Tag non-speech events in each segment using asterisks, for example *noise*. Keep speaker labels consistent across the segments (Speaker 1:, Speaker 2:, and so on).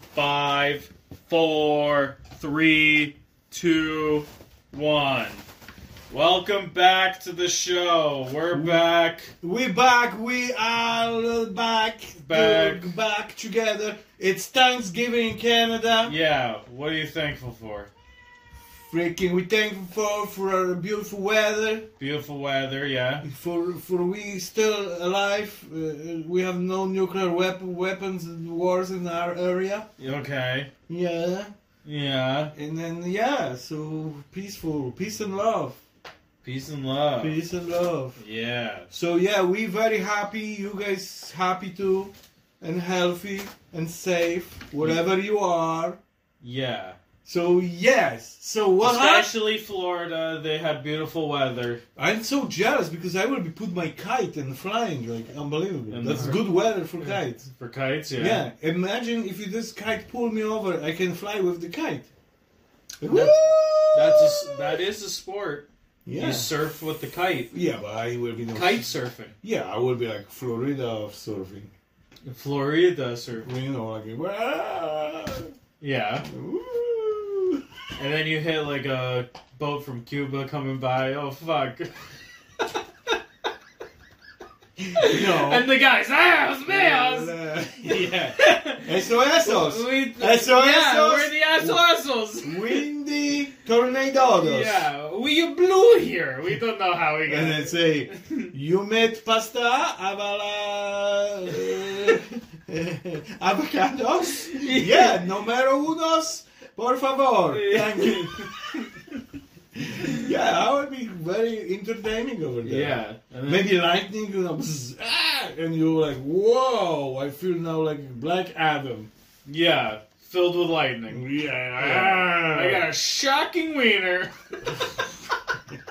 Speaker 1: Five, four, three, two, one. Welcome back to the show. We're back.
Speaker 2: We back, we are back,
Speaker 1: Back.
Speaker 2: to- back together. It's Thanksgiving in Canada.
Speaker 1: Yeah, what are you thankful for?
Speaker 2: Freaking, we thankful for for our beautiful weather,
Speaker 1: Beautiful weather, yeah.
Speaker 2: for for we still alive. Uh, we have no nuclear wep- weapons and wars in our area.
Speaker 1: Okay.
Speaker 2: Yeah,
Speaker 1: Yeah.
Speaker 2: and then yeah, so peaceful, peace and love,
Speaker 1: Peace and love.
Speaker 2: peace and love.
Speaker 1: Yeah.
Speaker 2: So yeah, we very happy. You guys happy too, and healthy and safe wherever you are.
Speaker 1: Yeah.
Speaker 2: So yes. So what? hap-
Speaker 1: Especially Florida, they had beautiful weather.
Speaker 2: I'm so jealous because I will be put my kite and flying like unbelievable.
Speaker 1: And *laughs*
Speaker 2: That's
Speaker 1: the-
Speaker 2: good weather for kites.
Speaker 1: For kites, yeah.
Speaker 2: Yeah. Imagine if you this kite pull me over, I can fly with the kite.
Speaker 1: That's- That's a, s- that is a sport.
Speaker 2: yeah.
Speaker 1: You surf with the kite.
Speaker 2: yeah, but I will be no
Speaker 1: Kite surfing.
Speaker 2: Yeah, I will be like Florida of surfing.
Speaker 1: Florida surfing.
Speaker 2: You know, like.
Speaker 1: Yeah.
Speaker 2: Woo.
Speaker 1: And then you hit like a boat from Cuba coming by. Oh fuck!
Speaker 2: No.
Speaker 1: And the guys, ah, it's me, I was-
Speaker 2: *laughs* Yeah.
Speaker 1: We-
Speaker 2: SOSos.
Speaker 1: We,
Speaker 2: SOSos.
Speaker 1: yeah, we're the SOSos.
Speaker 2: Windy tornadoes.
Speaker 1: Yeah, we blew here. We don't know how we got.
Speaker 2: And I say, you made pasta, avala, *laughs* avocados? Yeah, numero unos,
Speaker 1: *laughs*
Speaker 2: por favor. Thank you. Yeah, I would be very entertaining over there.
Speaker 1: Yeah. And then-
Speaker 2: Maybe lightning, you know, bzzz, ah, and you're like, whoa, I feel now like Black Adam.
Speaker 1: Yeah. Filled with lightning.
Speaker 2: Yeah.
Speaker 1: I
Speaker 2: *laughs*
Speaker 1: got a shocking wiener. *laughs* this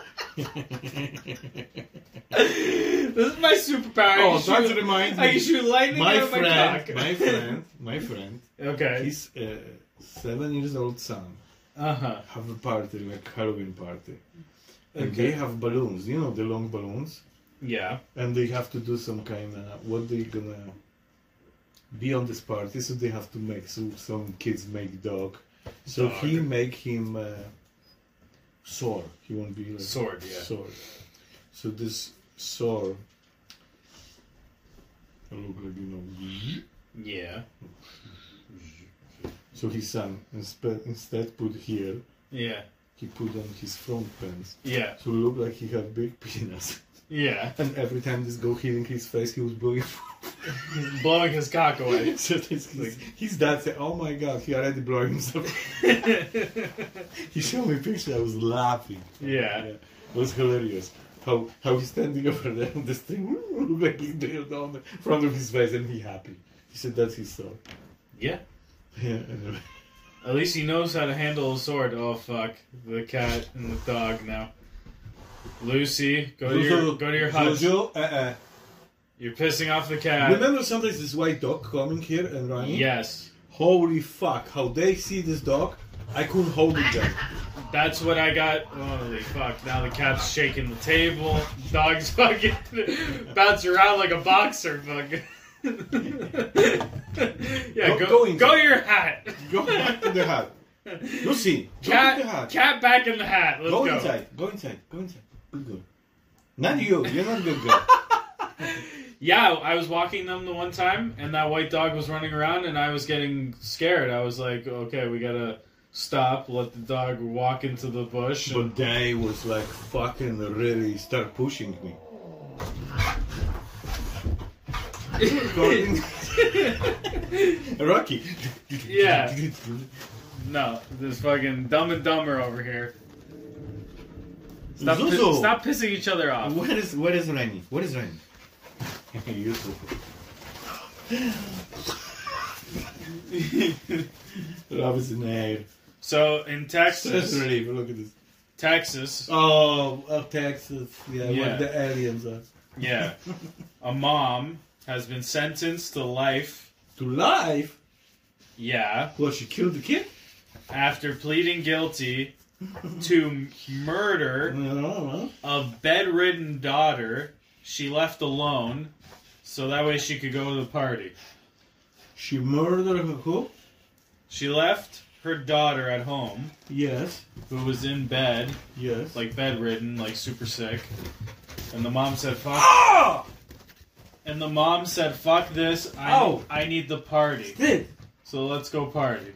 Speaker 1: is my superpower. I
Speaker 2: oh,
Speaker 1: can
Speaker 2: that
Speaker 1: shoot-
Speaker 2: reminds
Speaker 1: I can
Speaker 2: me.
Speaker 1: shoot lightning
Speaker 2: My
Speaker 1: out of my
Speaker 2: friend,
Speaker 1: cock.
Speaker 2: my friend, my friend,
Speaker 1: okay.
Speaker 2: his uh, seven years old son
Speaker 1: Uh huh.
Speaker 2: have a party like Halloween party, and
Speaker 1: Mm-hmm. Okay.
Speaker 2: they have balloons. You know the long balloons,
Speaker 1: Yeah.
Speaker 2: and they have to do some kind of what they gonna be on this party, so they have to make so some kids make dog, so
Speaker 1: Dog.
Speaker 2: he make him uh, sword. He won't be like
Speaker 1: Sword, yeah.
Speaker 2: sword. So this sword. Look like you know.
Speaker 1: Yeah.
Speaker 2: So his son inspe- instead put here,
Speaker 1: Yeah.
Speaker 2: he put on his front pants
Speaker 1: Yeah.
Speaker 2: to look like he had big penis.
Speaker 1: Yeah.
Speaker 2: *laughs* And every time this go hitting his face, he was blowing.
Speaker 1: Blowing his cock away.
Speaker 2: *laughs* so this, his, his dad said, "Oh my god, he already blowing himself." *laughs* he showed me picture. I was laughing.
Speaker 1: yeah.
Speaker 2: It was hilarious. How how he's standing over there and this thing *laughs* look like he drilled down the front of his face and he happy. He said that's his son.
Speaker 1: Yeah.
Speaker 2: *laughs* Yeah. Anyway.
Speaker 1: At least he knows how to handle a sword. Oh fuck. The cat and the dog now. Lucy, go to your go to your hutch.
Speaker 2: Jojo, uh-uh.
Speaker 1: You're pissing off the cat.
Speaker 2: uh, Remember sometimes this white dog coming here and running?
Speaker 1: Yes.
Speaker 2: Holy fuck, how they see this dog, I couldn't hold it down.
Speaker 1: That's what I got. Holy fuck. Now the cat's shaking the table. Dog's *laughs* fucking bouncing around like a boxer *laughs* fucking. yeah,
Speaker 2: Go-
Speaker 1: go,
Speaker 2: go
Speaker 1: go,
Speaker 2: in.
Speaker 1: to your hat.
Speaker 2: Go *laughs* back to the hut. Lucy, go to the
Speaker 1: Cat,
Speaker 2: hut.
Speaker 1: cat back in the hat. Let's
Speaker 2: go,
Speaker 1: go.
Speaker 2: inside, go inside, go inside. Good girl. Not you, you're not
Speaker 1: *laughs*
Speaker 2: good girl.
Speaker 1: Yeah, I was walking them the one time, and that white dog was running around, and I was getting scared. I was like, okay, we gotta stop, let the dog walk into the bush. and-
Speaker 2: but they was like fucking really start pushing me.
Speaker 1: *laughs*
Speaker 2: Going- *laughs* Rocky. *laughs*
Speaker 1: Yeah. no, this fucking dumb and dumber over here. Stop, pi-
Speaker 2: Zuzu.
Speaker 1: stop pissing each other off.
Speaker 2: Where is where is Remy? Where is *laughs* Remy? *laughs* Useful. Love is in the air.
Speaker 1: So in
Speaker 2: Stress
Speaker 1: Texas,
Speaker 2: relief. Look at this.
Speaker 1: Texas,
Speaker 2: Oh, uh, Texas. Yeah,
Speaker 1: Yeah.
Speaker 2: where the aliens are.
Speaker 1: yeah, a mom has been sentenced to life.
Speaker 2: To life.
Speaker 1: Yeah,
Speaker 2: Well, she killed the kid.
Speaker 1: after pleading guilty to m- murder.
Speaker 2: I don't know.
Speaker 1: a bedridden daughter she left alone so that way she could go to the party
Speaker 2: She murdered her who?
Speaker 1: She left her daughter at home,
Speaker 2: Yes.
Speaker 1: who was in bed,
Speaker 2: Yes.
Speaker 1: like bedridden, like super sick. And the mom said, "Fuck."
Speaker 2: ah!
Speaker 1: And the mom said, "Fuck this. I
Speaker 2: Ow.
Speaker 1: I need the party.
Speaker 2: Did
Speaker 1: So let's go party."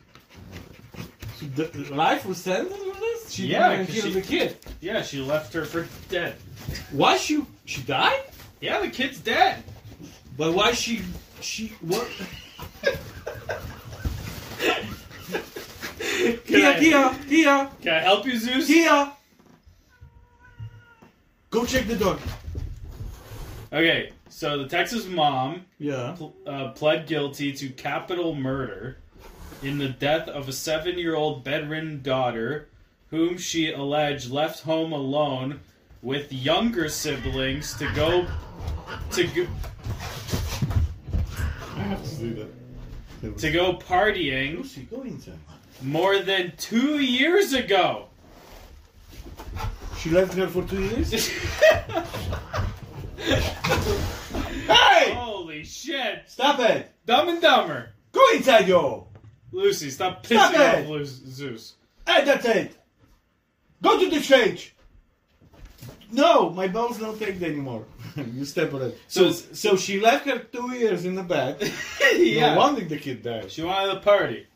Speaker 2: so the, the life was ended with this? She
Speaker 1: Yeah,
Speaker 2: didn't
Speaker 1: 'cause
Speaker 2: even kill
Speaker 1: she-
Speaker 2: the kid.
Speaker 1: Yeah, she left her for dead.
Speaker 2: Why she she died?
Speaker 1: Yeah, the kid's dead.
Speaker 2: But why she she *laughs* what?
Speaker 1: Can
Speaker 2: Here,
Speaker 1: I-
Speaker 2: here, here,
Speaker 1: Can I help you, Zeus?
Speaker 2: here. Go check the dog.
Speaker 1: Okay, so the Texas mom
Speaker 2: Yeah.
Speaker 1: pl- uh, pled guilty to capital murder in the death of a seven year old bedridden daughter, whom she alleged left home alone with younger siblings to go to go,
Speaker 2: I have to do that.
Speaker 1: to go partying
Speaker 2: Lucy, go inside.
Speaker 1: more than two years ago. *laughs*
Speaker 2: She left her for two years. hey!
Speaker 1: Holy shit!
Speaker 2: Stop it!
Speaker 1: Dumb and Dumber.
Speaker 2: Go inside, yo!
Speaker 1: Lucy, stop pissing
Speaker 2: Stop
Speaker 1: off
Speaker 2: it!
Speaker 1: Lu- Zeus.
Speaker 2: Hey, that's it! Go to the stage! No, my balls don't take it anymore. *laughs* you step on it.
Speaker 1: So
Speaker 2: So,
Speaker 1: it's-
Speaker 2: so she left her two years in the *laughs* bed. No wonder the kid died.
Speaker 1: She wanted a party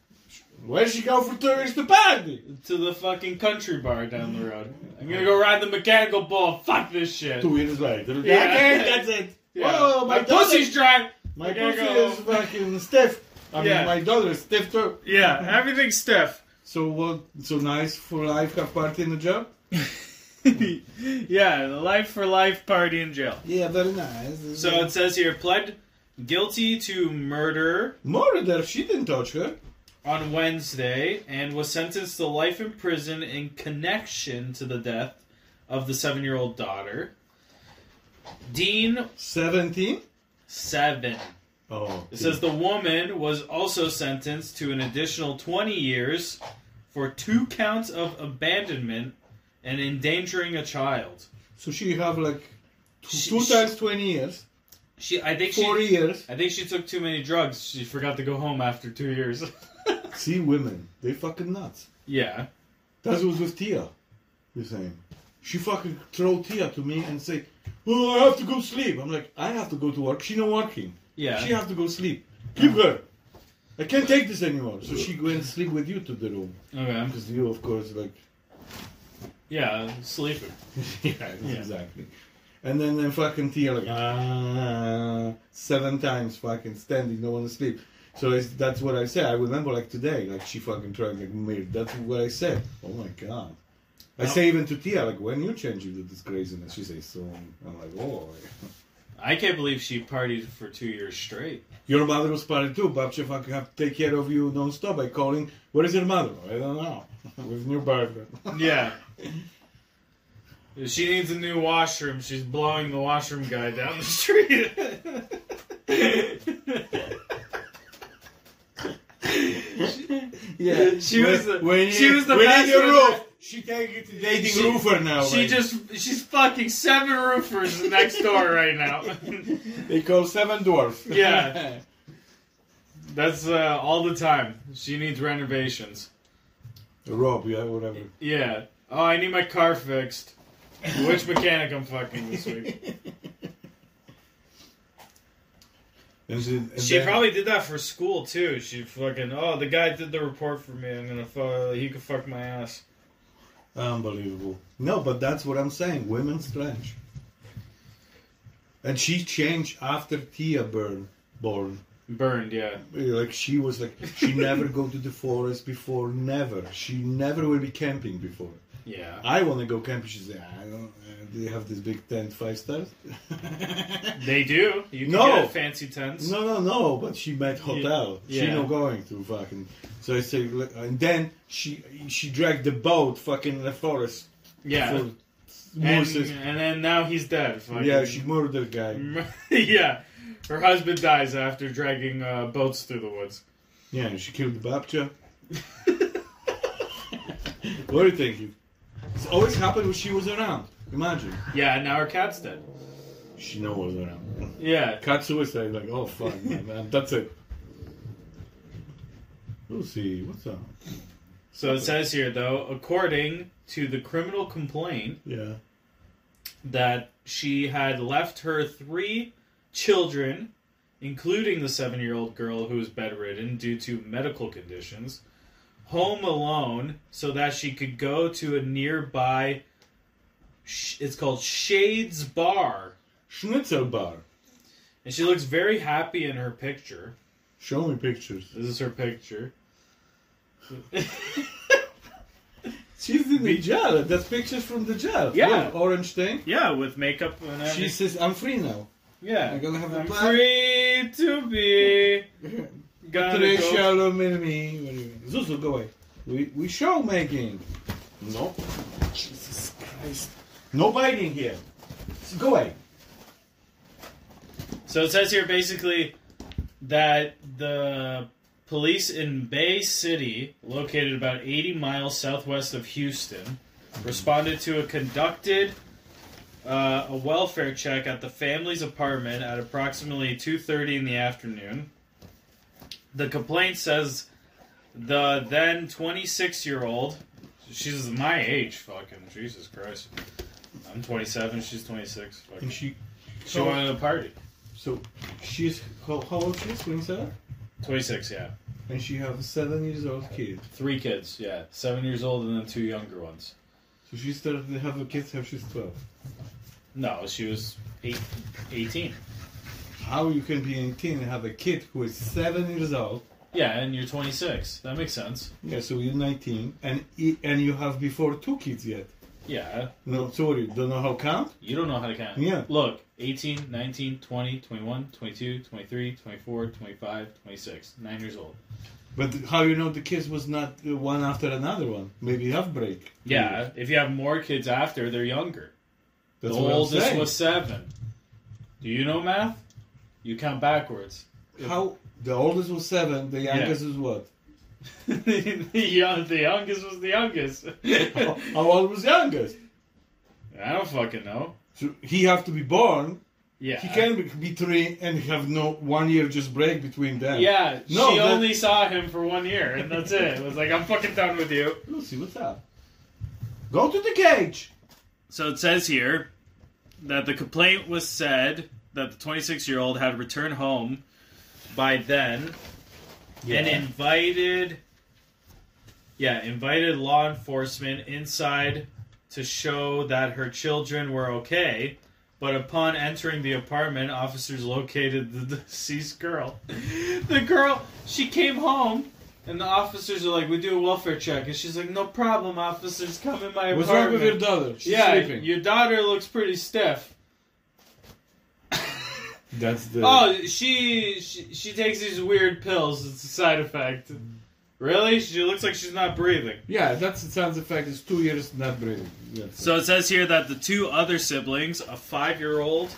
Speaker 2: Where'd she go for two years to party?
Speaker 1: to the fucking country bar down the road. I'm gonna go ride the mechanical bull. Fuck this shit.
Speaker 2: Two years later.
Speaker 1: Yeah.
Speaker 2: *laughs* Okay, that's it.
Speaker 1: Yeah.
Speaker 2: Oh, my,
Speaker 1: my pussy's dry.
Speaker 2: My
Speaker 1: I gotta
Speaker 2: pussy
Speaker 1: go.
Speaker 2: is fucking stiff. I
Speaker 1: Yeah.
Speaker 2: mean, my daughter is stiff too.
Speaker 1: Yeah, everything's stiff. *laughs*
Speaker 2: So what? So nice for life, have party in the job?
Speaker 1: yeah, the life for life party in jail.
Speaker 2: Yeah, very nice.
Speaker 1: So it says here, pled guilty to murder
Speaker 2: murder. She didn't touch her.
Speaker 1: on Wednesday and was sentenced to life in prison in connection to the death of the seven year old daughter. Dean
Speaker 2: Seventeen.
Speaker 1: seven.
Speaker 2: Oh,
Speaker 1: It says the woman was also sentenced to an additional 20 years for two counts of abandonment and endangering a child.
Speaker 2: so she have like two,
Speaker 1: She-
Speaker 2: two
Speaker 1: she-
Speaker 2: times twenty years,
Speaker 1: She, I think
Speaker 2: four
Speaker 1: she,
Speaker 2: years.
Speaker 1: I think she took too many drugs. She forgot to go home after two years. *laughs*
Speaker 2: See, women, they fucking nuts.
Speaker 1: yeah,
Speaker 2: That was with Tia. The same. She fucking throw Tia to me and say, "Oh, I have to go sleep." I'm like, "I have to go to work." She not working.
Speaker 1: yeah.
Speaker 2: She have to go sleep. Keep her. I can't take this anymore. So she go and sleep with you to the room.
Speaker 1: okay.
Speaker 2: Because you, of course, like
Speaker 1: Yeah, sleeping.
Speaker 2: *laughs* yeah, exactly. And then the fucking tear like ah, seven times fucking standing, no one asleep. So it's, that's what I said. I remember like today, like she fucking tried like weird. That's what I said. Oh my god. I
Speaker 1: Now-
Speaker 2: say even to Tia, like, when you change into this craziness, she says, so, I'm like, oh,
Speaker 1: I can't believe she partied for two years straight.
Speaker 2: your mother was party too, Babcha fucking have to take care of you non-stop by calling, where is your mother? I don't know, *laughs* with new boyfriend.
Speaker 1: Yeah. She needs a new washroom. She's blowing the washroom guy down the street.
Speaker 2: Yeah,
Speaker 1: She was the- she was the
Speaker 2: we
Speaker 1: best
Speaker 2: need a
Speaker 1: with
Speaker 2: roof.
Speaker 1: the-
Speaker 2: She take it to dating
Speaker 1: She-
Speaker 2: roofer now.
Speaker 1: she
Speaker 2: right?
Speaker 1: just she's fucking seven roofers next door right now.
Speaker 2: They call seven dwarfs.
Speaker 1: Yeah. That's uh, all the time. She needs renovations.
Speaker 2: *laughs* Rob,
Speaker 1: *laughs*
Speaker 2: yeah, whatever.
Speaker 1: Yeah. Oh, I need my car fixed. Which mechanic I'm fucking this week?
Speaker 2: And she, and
Speaker 1: She
Speaker 2: then-
Speaker 1: probably did that for school too. She fucking oh the guy did the report for me. I'm gonna fuck. He could fuck my ass.
Speaker 2: unbelievable. No, but that's what I'm saying. Women's trash. And she changed after Tia Burn born.
Speaker 1: Burned. Yeah.
Speaker 2: Like she was like
Speaker 1: *laughs*
Speaker 2: she never go to the forest before, never. She never will be camping before.
Speaker 1: Yeah.
Speaker 2: I want to go camping. She said, I don't. Uh, they have this big tent,
Speaker 1: *laughs*
Speaker 2: five stars.
Speaker 1: They do. You can
Speaker 2: No.
Speaker 1: get fancy tents.
Speaker 2: No, no, no. But she met hotel. She
Speaker 1: Yeah.
Speaker 2: not going to fucking. So I say, look, and then she she dragged the boat fucking in the forest.
Speaker 1: Yeah.
Speaker 2: For
Speaker 1: And,
Speaker 2: Moses.
Speaker 1: and then now he's dead. Fucking.
Speaker 2: yeah, she murdered
Speaker 1: Mm.
Speaker 2: guy.
Speaker 1: *laughs* yeah. Her husband dies after dragging uh, boats through the
Speaker 2: *laughs*
Speaker 1: woods.
Speaker 2: Yeah, she killed the Babcha. *laughs* what do you think? It's always happened when she was around. Imagine.
Speaker 1: Yeah, and now her cat's dead.
Speaker 2: She no was around.
Speaker 1: Yeah.
Speaker 2: Cat suicide, like, oh fuck, man, man, that's it. Lucy, what's up?
Speaker 1: So it says here, though, according to the criminal complaint,
Speaker 2: Yeah.
Speaker 1: that she had left her three children, including the seven year old girl who was bedridden due to medical conditions, home alone so that she could go to a nearby, sh- it's called Shades Bar.
Speaker 2: Schnitzel bar.
Speaker 1: And she looks very happy in her picture.
Speaker 2: Show me pictures.
Speaker 1: This is her picture.
Speaker 2: She's in the jail. That's pictures from the jail.
Speaker 1: Yeah.
Speaker 2: Look, orange thing.
Speaker 1: *laughs* yeah, with makeup and everything.
Speaker 2: She says, I'm free now.
Speaker 1: yeah.
Speaker 2: I'm gonna have a
Speaker 1: I'm free
Speaker 2: plan. *laughs*
Speaker 1: to be. Gotta go.
Speaker 2: Patricia Lomini. What do you mean? Zuzu, go away. We, we show making. No. Jesus Christ. No biting here. Go away.
Speaker 1: So it says here basically that the police in Bay City, located about 80 miles southwest of Houston, responded to a conducted uh, a welfare check at the family's apartment at approximately 2:30 in the afternoon. The complaint says the then 26-year-old, she's my age, fucking Jesus Christ. I'm 27, she's 26. Fucking.
Speaker 2: And she.
Speaker 1: She wanted a party.
Speaker 2: So she's how, how old she is? Twenty seven.
Speaker 1: 26, yeah.
Speaker 2: And she has a seven years old kid.
Speaker 1: Three kids, yeah. Seven years old and then two younger ones.
Speaker 2: So she started to have a kid when she's twelve.
Speaker 1: No, she was eight, 18.
Speaker 2: How you can be eighteen and have a kid who is seven years old?
Speaker 1: Yeah, and you're 26. That makes sense.
Speaker 2: Yeah, so you're nineteen, and i- and you have before two kids yet.
Speaker 1: Yeah,
Speaker 2: No, sorry, don't know how count.
Speaker 1: you don't know how to count.
Speaker 2: Yeah.
Speaker 1: Look, 18, 19, 20, 21, 22, 23, 24, 25, 26. Nine years old.
Speaker 2: But how you know the kids was not uh, one after another one? Maybe half break.
Speaker 1: Yeah, if you have more kids after, they're younger.
Speaker 2: that's
Speaker 1: the
Speaker 2: what I'm
Speaker 1: oldest
Speaker 2: saying.
Speaker 1: was seven. Do you know math? You count backwards. *laughs*
Speaker 2: how the oldest was seven, the youngest was
Speaker 1: *laughs*
Speaker 2: what?
Speaker 1: the, young, the youngest was the youngest. *laughs*
Speaker 2: how, how old was youngest?
Speaker 1: I don't fucking know.
Speaker 2: So he have to be born
Speaker 1: Yeah.
Speaker 2: He can be, be three and have no one year just break between them.
Speaker 1: Yeah,
Speaker 2: No,
Speaker 1: she
Speaker 2: that-
Speaker 1: only saw him for one year, and that's it. It was like, I'm fucking done with you.
Speaker 2: Lucy, what's up? Go to the cage.
Speaker 1: So it says here that the complaint was said that the 26 year old had returned home by then and invited, yeah, invited law enforcement inside to show that her children were okay. But upon entering the apartment, officers located the *laughs* deceased girl. The girl, she came home, and the officers are like, "We do a welfare check," and she's like, "No problem, officers. Come in my apartment."
Speaker 2: what's wrong with your daughter? She's
Speaker 1: yeah,
Speaker 2: sleeping.
Speaker 1: your daughter looks pretty stiff.
Speaker 2: That's the.
Speaker 1: Oh, she, she she takes these weird pills. It's a side effect. Really? She looks like she's not breathing.
Speaker 2: Yeah, that's the sound effect. It's two years not breathing. Yes.
Speaker 1: So it says here that the two other siblings, a five-year-old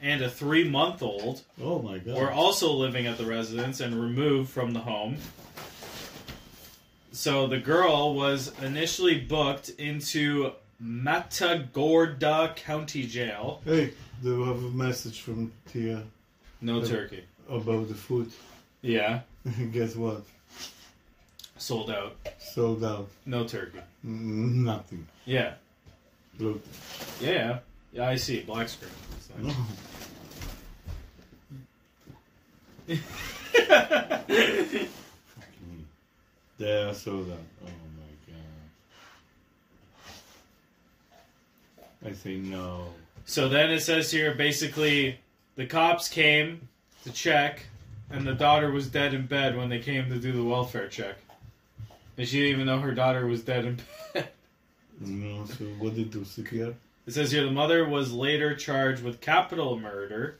Speaker 1: and a three-month-old,
Speaker 2: oh my god.
Speaker 1: were also living at the residence and removed from the home. So the girl was initially booked into Matagorda County Jail.
Speaker 2: hey, do you have a message from Tia
Speaker 1: No turkey.
Speaker 2: about the food? *laughs*
Speaker 1: Yeah,
Speaker 2: Guess what?
Speaker 1: sold out.
Speaker 2: Sold out.
Speaker 1: No turkey.
Speaker 2: Mm, Nothing.
Speaker 1: Yeah,
Speaker 2: Look.
Speaker 1: yeah, yeah. I see black screen. It's not-
Speaker 2: No. *laughs* Yeah, I saw that. Oh my god. I say no.
Speaker 1: so then it says here basically the cops came to check, and the daughter was dead in bed when they came to do the welfare check, and she didn't even know her daughter was dead in bed.
Speaker 2: No, so what did you see here?
Speaker 1: It says here the mother was later charged with capital murder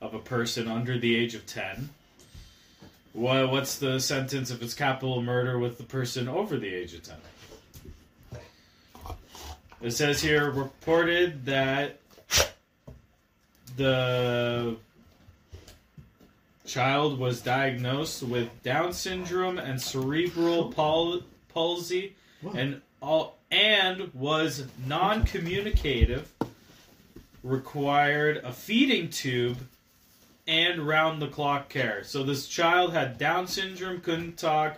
Speaker 1: of a person under the age of 10. Wha what's the sentence if it's capital murder with the person over the age of 10? It says here reported that the child was diagnosed with Down syndrome and cerebral pal- palsy
Speaker 2: What?
Speaker 1: and all and was non-communicative required a feeding tube and round the clock care so this child had down syndrome couldn't talk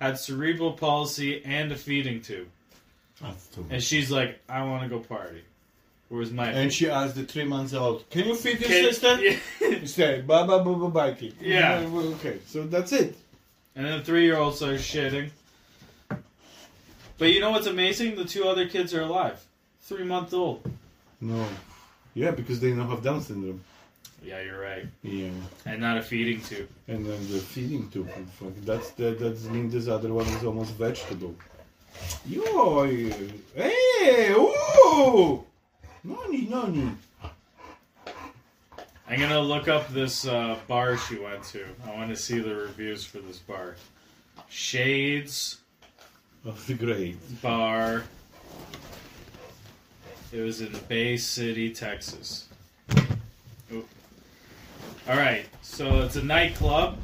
Speaker 1: had cerebral palsy and a feeding tube.
Speaker 2: That's too
Speaker 1: And she's like, I want to go party. Where's my.
Speaker 2: And she asked the three months old, "Can you feed your
Speaker 1: Can-
Speaker 2: sister?"
Speaker 1: Yeah.
Speaker 2: She said, "Bye bye bye bye bye kid."
Speaker 1: Yeah.
Speaker 2: Okay, so that's it.
Speaker 1: *laughs* And then three year olds are shitting. But you know what's amazing? The two other kids are alive. Three month old.
Speaker 2: No. Yeah, because they don't have Down syndrome.
Speaker 1: Yeah, you're right.
Speaker 2: Yeah.
Speaker 1: And not a feeding tube.
Speaker 2: And then the feeding tube. Fuck, That's the, that's mean this other one is almost vegetable. Yo, hey, ooh, noni, noni.
Speaker 1: I'm gonna look up this uh, bar she went to. I want to see the reviews for this bar. Shades
Speaker 2: Of the grade.
Speaker 1: Bar. It was in Bay City, Texas. Oop. All right, so it's a nightclub.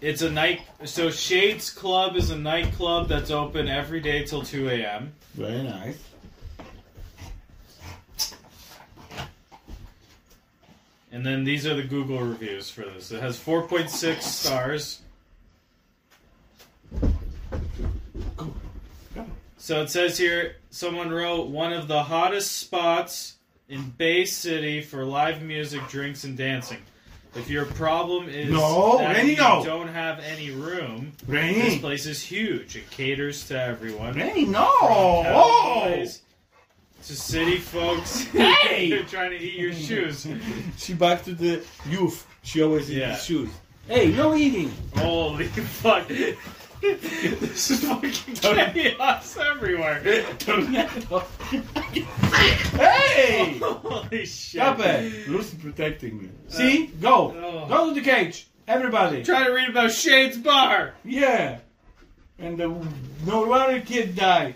Speaker 1: It's a night. So Shades Club is a nightclub that's open every day till 2 a.m.
Speaker 2: Very nice.
Speaker 1: And then these are the Google reviews for this. It has 4.6 stars.
Speaker 2: Go. Come.
Speaker 1: So it says here someone wrote one of the hottest spots in Bay City for live music, drinks, and dancing. If your problem is
Speaker 2: No,
Speaker 1: that
Speaker 2: Randy,
Speaker 1: you
Speaker 2: no.
Speaker 1: don't have any room, this
Speaker 2: Rainy.
Speaker 1: place is huge. It caters to everyone.
Speaker 2: Rainy, no.
Speaker 1: From
Speaker 2: Oh.
Speaker 1: cowboys To city folks,
Speaker 2: *laughs*
Speaker 1: *laughs*
Speaker 2: Hey!
Speaker 1: they're trying to eat your shoes.
Speaker 2: She back to the youth. She always in
Speaker 1: Yeah.
Speaker 2: the shoes. Hey, no eating.
Speaker 1: Holy fuck! *laughs* this is fucking chaos everywhere.
Speaker 2: *laughs* *laughs* hey.
Speaker 1: Holy shit!
Speaker 2: Stop *laughs* it! Lucy protecting me. See? Go!
Speaker 1: oh.
Speaker 2: Go to the cage! Everybody!
Speaker 1: Trying to read about Shades Bar.
Speaker 2: Yeah! And the no wonder kid died.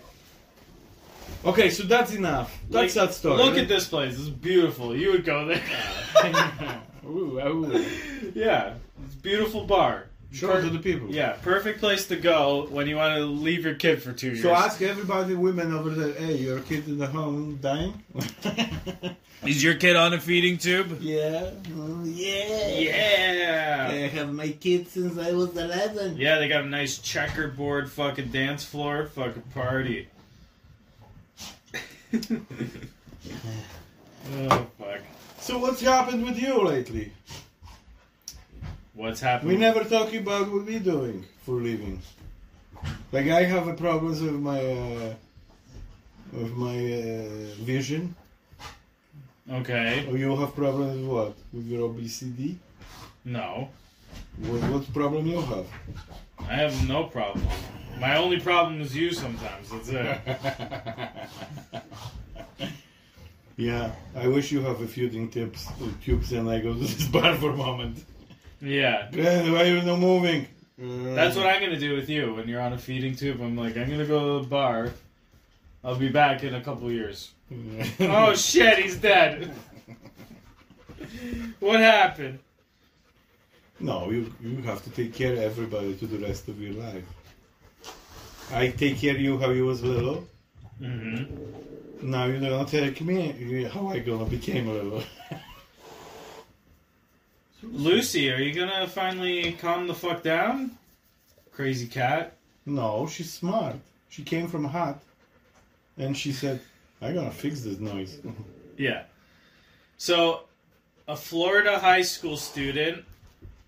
Speaker 2: Okay, so that's enough. That's
Speaker 1: Like,
Speaker 2: that story.
Speaker 1: Look at this place. It's beautiful. You would go there.
Speaker 2: *laughs* ooh, ah, ooh.
Speaker 1: yeah, it's a beautiful bar.
Speaker 2: Show
Speaker 1: Per-
Speaker 2: it to the people.
Speaker 1: Yeah, perfect place to go when you want to leave your kid for two years.
Speaker 2: So ask everybody, women over there, hey, your kid in the home dying? *laughs*
Speaker 1: Is your kid on a feeding tube?
Speaker 2: yeah. Oh, yeah.
Speaker 1: Yeah.
Speaker 2: I have my kid since I was 11.
Speaker 1: Yeah, they got a nice checkerboard fucking dance floor, fucking party. *laughs* oh fuck!
Speaker 2: So what's happened with you lately?
Speaker 1: What's happening?
Speaker 2: We never talk about what we're doing for living. Like I have a problems with my uh, with my uh, vision.
Speaker 1: Okay.
Speaker 2: Or you have problems with what? With your obesity?
Speaker 1: No.
Speaker 2: What what problem you have?
Speaker 1: I have no problem. My only problem is you sometimes. That's it.
Speaker 2: yeah, I wish you have a few thing tips uh, tubes and I go to this *laughs* bar for a moment.
Speaker 1: Yeah.
Speaker 2: Glenn, why you no moving? Uh,
Speaker 1: That's what I'm gonna do with you when you're on a feeding tube. I'm like, I'm gonna go to the bar. I'll be back in a couple years. *laughs*
Speaker 2: Mm. *laughs*
Speaker 1: Oh shit, he's dead. What happened?
Speaker 2: No, you you have to take care of everybody to the rest of your life. I take care of you how you was little.
Speaker 1: Mm-hmm.
Speaker 2: Now you don't take me how I gonna became
Speaker 1: *laughs*
Speaker 2: little.
Speaker 1: Lucy, are you gonna finally calm the fuck down? Crazy cat.
Speaker 2: No, she's smart. She came from hot, and she said, "I gonna fix this noise." *laughs*
Speaker 1: Yeah. So, a Florida high school student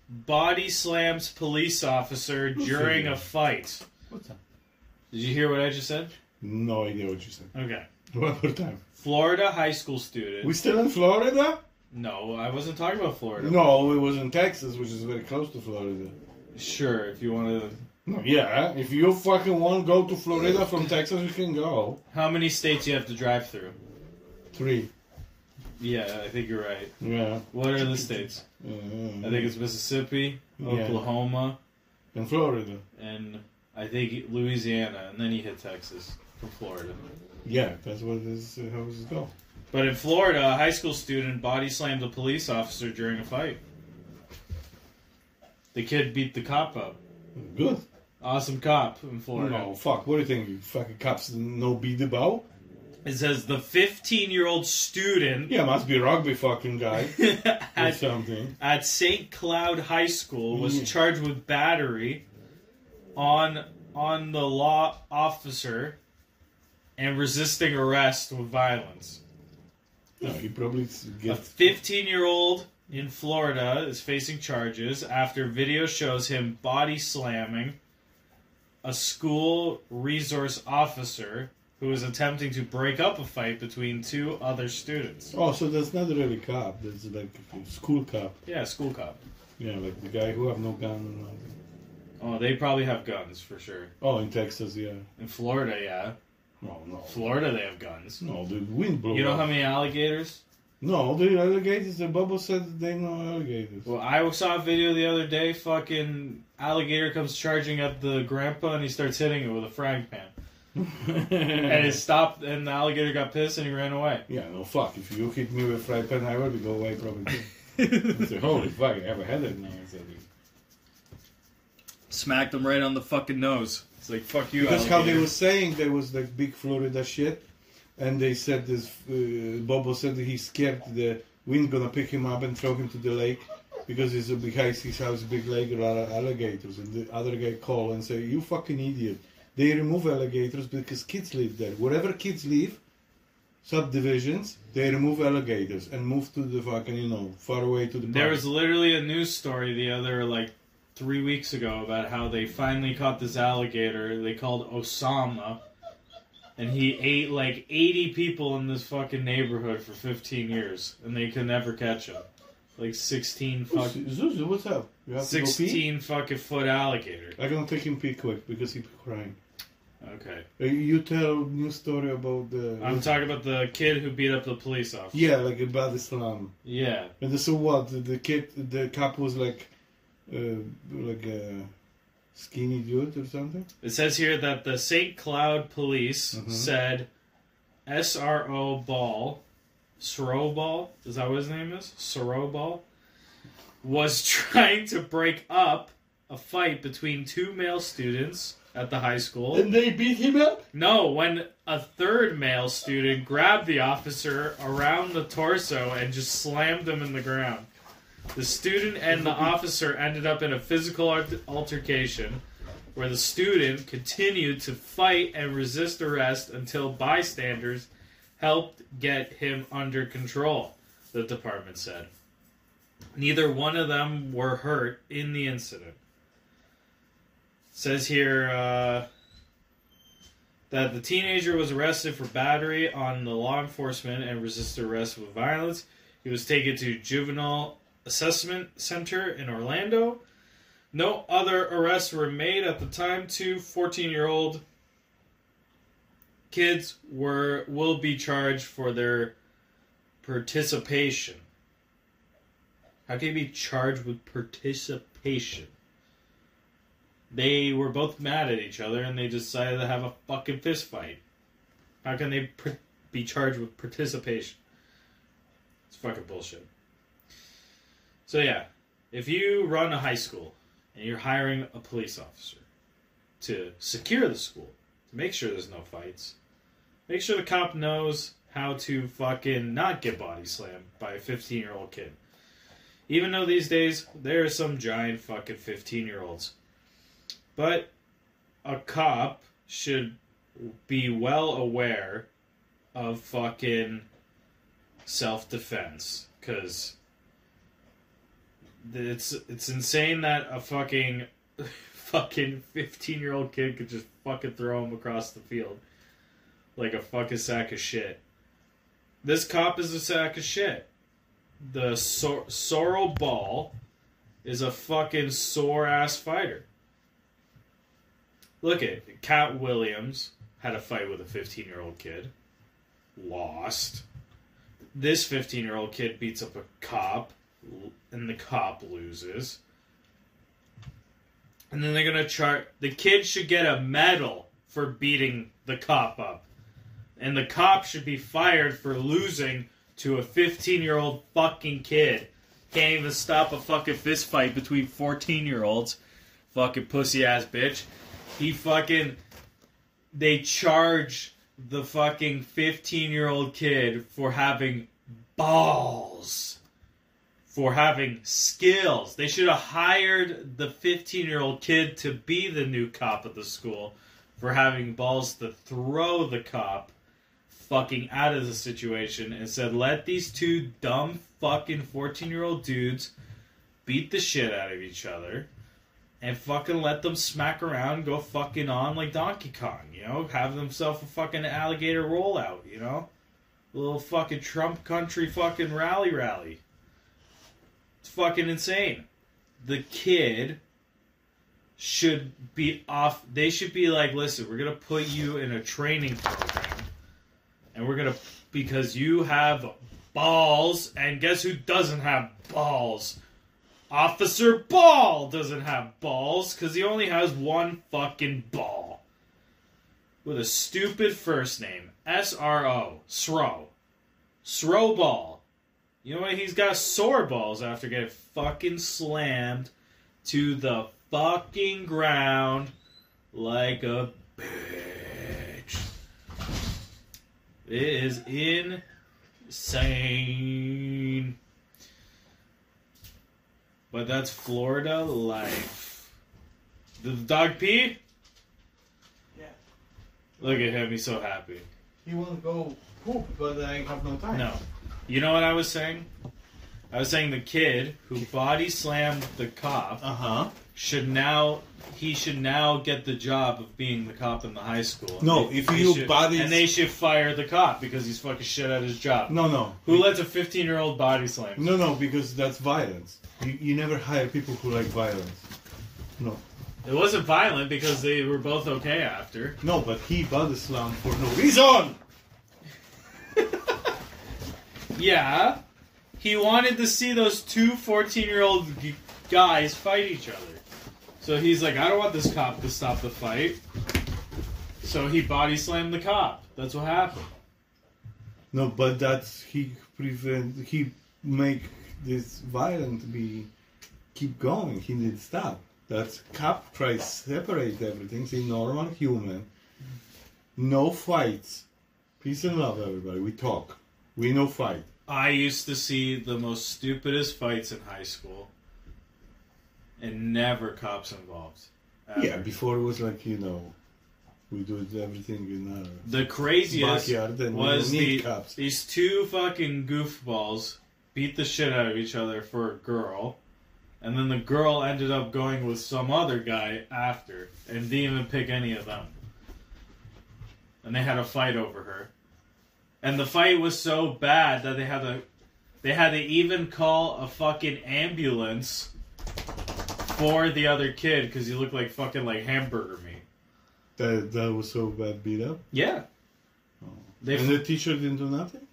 Speaker 1: body slams police officer during a fight.
Speaker 2: What's that?
Speaker 1: Did you hear what I just said?
Speaker 2: No idea what you said. *laughs*
Speaker 1: Okay.
Speaker 2: One more time.
Speaker 1: Florida high school student.
Speaker 2: We still in Florida?
Speaker 1: No, I wasn't talking about Florida.
Speaker 2: No, it was in Texas, which is very close to Florida.
Speaker 1: Sure, if you want to.
Speaker 2: No, yeah. eh? If you fucking want to go to Florida from Texas, you can go.
Speaker 1: How many states you have to drive through?
Speaker 2: Three.
Speaker 1: Yeah, I think you're right.
Speaker 2: Yeah.
Speaker 1: What are the states? I think it's Mississippi,
Speaker 2: Yeah.
Speaker 1: Oklahoma,
Speaker 2: in Florida.
Speaker 1: and I think Louisiana, and then you hit Texas from Florida.
Speaker 2: Yeah, that's what this uh, houses go.
Speaker 1: But in Florida, a high school student body slammed a police officer during a fight. The kid beat the cop up.
Speaker 2: Good.
Speaker 1: Awesome cop in Florida.
Speaker 2: No, fuck. What do you think? You fucking cops no beat the bow?
Speaker 1: It says the 15 year old *laughs* student
Speaker 2: Yeah, must be a rugby
Speaker 1: *laughs*
Speaker 2: fucking guy or
Speaker 1: at,
Speaker 2: something.
Speaker 1: at St. Cloud High School was
Speaker 2: Yeah.
Speaker 1: charged with battery on on the law officer and resisting arrest with violence.
Speaker 2: No, he probably s-
Speaker 1: A
Speaker 2: gets
Speaker 1: 15 year old in Florida is facing charges after video shows him body slamming a school resource officer who was attempting to break up a fight between two other students.
Speaker 2: Oh, so that's not really cop. That's like a school cop.
Speaker 1: Yeah, school cop.
Speaker 2: Yeah, like the guy who have no gun. And all.
Speaker 1: Oh, they probably have guns for sure.
Speaker 2: Oh, in Texas, yeah.
Speaker 1: In Florida, yeah.
Speaker 2: No, no,
Speaker 1: Florida, they have guns.
Speaker 2: no. The wind blew.
Speaker 1: You know
Speaker 2: up.
Speaker 1: how many alligators?
Speaker 2: No, the alligators. The bubble said they know alligators. *laughs*
Speaker 1: Well, I saw a video the other day. Fucking alligator comes charging at the grandpa and he starts hitting it with a frying pan. And it stopped, and the alligator got pissed and he ran away.
Speaker 2: yeah, no fuck. If you hit me with fry pan, I would go away probably.
Speaker 1: *laughs*
Speaker 2: Too. I say, holy fuck, I have a headache now. I said,
Speaker 1: *laughs* Smacked him right on the fucking nose. It's like, fuck you,
Speaker 2: Because how they
Speaker 1: alligator.
Speaker 2: were saying there was like big Florida shit, and they said this. Uh, Bobo said that he's scared the wind gonna pick him up and throw him to the lake because it's a behind his house big lake there are alligators. And the other guy call and say, "You fucking idiot! They remove alligators because kids live there. Wherever kids live." Subdivisions, they remove alligators and move to the fucking, you know, far away to the.
Speaker 1: There
Speaker 2: park.
Speaker 1: was literally a news story the other, like, three weeks ago about how they finally caught this alligator they called Osama. And he ate, like, 80 people in this fucking neighborhood for 15 years. And they could never catch him. Like, 16
Speaker 2: What's-
Speaker 1: fucking...
Speaker 2: Zuzu, what's up? You Oh, have to go pee?
Speaker 1: 16 fucking foot alligator.
Speaker 2: I'm gonna take him pee quick because he's crying.
Speaker 1: Okay.
Speaker 2: Uh, You tell new story about the
Speaker 1: I'm talking about the kid who beat up the police officer.
Speaker 2: yeah, like about Islam.
Speaker 1: Yeah.
Speaker 2: And so what? The, the kid, the cop was like, uh, like a skinny dude or something.
Speaker 1: It says here that the St. Cloud police
Speaker 2: Mhm.
Speaker 1: said SRO Ball, Sro Ball, is that what his name is? Sro Ball? Was *laughs* trying to break up a fight between two male students at the high school.
Speaker 2: they beat him up.
Speaker 1: No, when a third male student grabbed the officer around the torso and just slammed him in the ground. The student and the officer ended up in a physical alt- altercation where the student continued to fight and resist arrest until bystanders helped get him under control, the department said. Neither one of them were hurt in the incident. Says here uh, that the teenager was arrested for battery on the law enforcement and resisted arrest with violence. He was taken to juvenile assessment center in Orlando. No other arrests were made at the time. Two 14 year old kids were will be charged for their participation. How can you be charged with participation? They were both mad at each other and they decided to have a fucking fist fight. How can they par- be charged with participation? It's fucking bullshit. So yeah, if you run a high school and you're hiring a police officer to secure the school, to make sure there's no fights, make sure the cop knows how to fucking not get body slammed by a 15 year old kid. Even though these days there are some giant fucking 15 year olds. But a cop should be well aware of fucking self defense. Because it's, it's insane that a fucking *laughs* fucking 15 year old kid could just fucking throw him across the field like a fucking sack of shit. This cop is a sack of shit. The Sor- Sorrel Ball is a fucking sore ass fighter. Look at Cat Williams had a fight with a 15 year old kid, lost. This 15 year old kid beats up a cop, l- and the cop loses. And then they're gonna chart. The kid should get a medal for beating the cop up, and the cop should be fired for losing to a 15-year-old fucking kid. Can't even stop a fucking fist fight between 14-year-olds. Fucking pussy ass bitch. He fucking. They charge the fucking 15 year old kid for having balls, for having skills. They should have hired the 15 year old kid to be the new cop at the school for having balls to throw the cop fucking out of the situation and said, let these two dumb fucking 14 year old dudes beat the shit out of each other and fucking let them smack around and go fucking on like Donkey Kong, you know? Have themselves a fucking alligator rollout, you know? A little fucking Trump country fucking rally rally. It's fucking insane. The kid should be off. They should be like, listen, we're going to put you in a training program. And we're going to. Because you have balls. And guess who doesn't have balls? Officer Ball doesn't have balls because he only has one fucking ball. With a stupid first name. S R O. Sro. Sro Ball. You know what? He's got sore balls after getting fucking slammed to the fucking ground like a bitch. It is insane. But that's Florida life. The dog pee?
Speaker 3: Yeah.
Speaker 1: Look at him, he's so happy.
Speaker 2: He won't go poop, but I have no time.
Speaker 1: No. You know what I was saying? I was saying the kid who body slammed the cop
Speaker 2: Uh huh.
Speaker 1: should now he should now get the job of being the cop in the high school.
Speaker 2: No,
Speaker 1: They-
Speaker 2: if
Speaker 1: they
Speaker 2: you
Speaker 1: should,
Speaker 2: body-
Speaker 1: and they should fire the cop because he's fucking shit at his job.
Speaker 2: No, no.
Speaker 1: Who lets a fifteen year old body slam?
Speaker 2: No, no, because that's violence. You, you never hire people who like violence. No.
Speaker 1: It wasn't violent because they were both okay after.
Speaker 2: No, but he bought Islam for no reason!
Speaker 1: *laughs* Yeah. He wanted to see those two 14 year old g- guys fight each other. So he's like, I don't want this cop to stop the fight. So he body slammed the cop. That's what happened.
Speaker 2: No, but that's he prevent he make this violence be keep going. He did stop. That's cop tries separate everything. He's a normal human. No fights. Peace and love, everybody. We talk. We no fight.
Speaker 1: I used to see the most stupidest fights in high school and never cops involved. Ever.
Speaker 2: Yeah, before it was like you know, we do everything in our
Speaker 1: The craziest
Speaker 2: backyard and
Speaker 1: was
Speaker 2: we don't need
Speaker 1: the,
Speaker 2: cops.
Speaker 1: these two fucking goofballs beat the shit out of each other for a girl, and then the girl ended up going with some other guy after, and didn't even pick any of them. And they had a fight over her, and the fight was so bad that they had to, they had to even call a fucking ambulance for the other kid because he looked like fucking like hamburger meat.
Speaker 2: That that was so bad beat up.
Speaker 1: Yeah. They
Speaker 2: and the teacher didn't do nothing.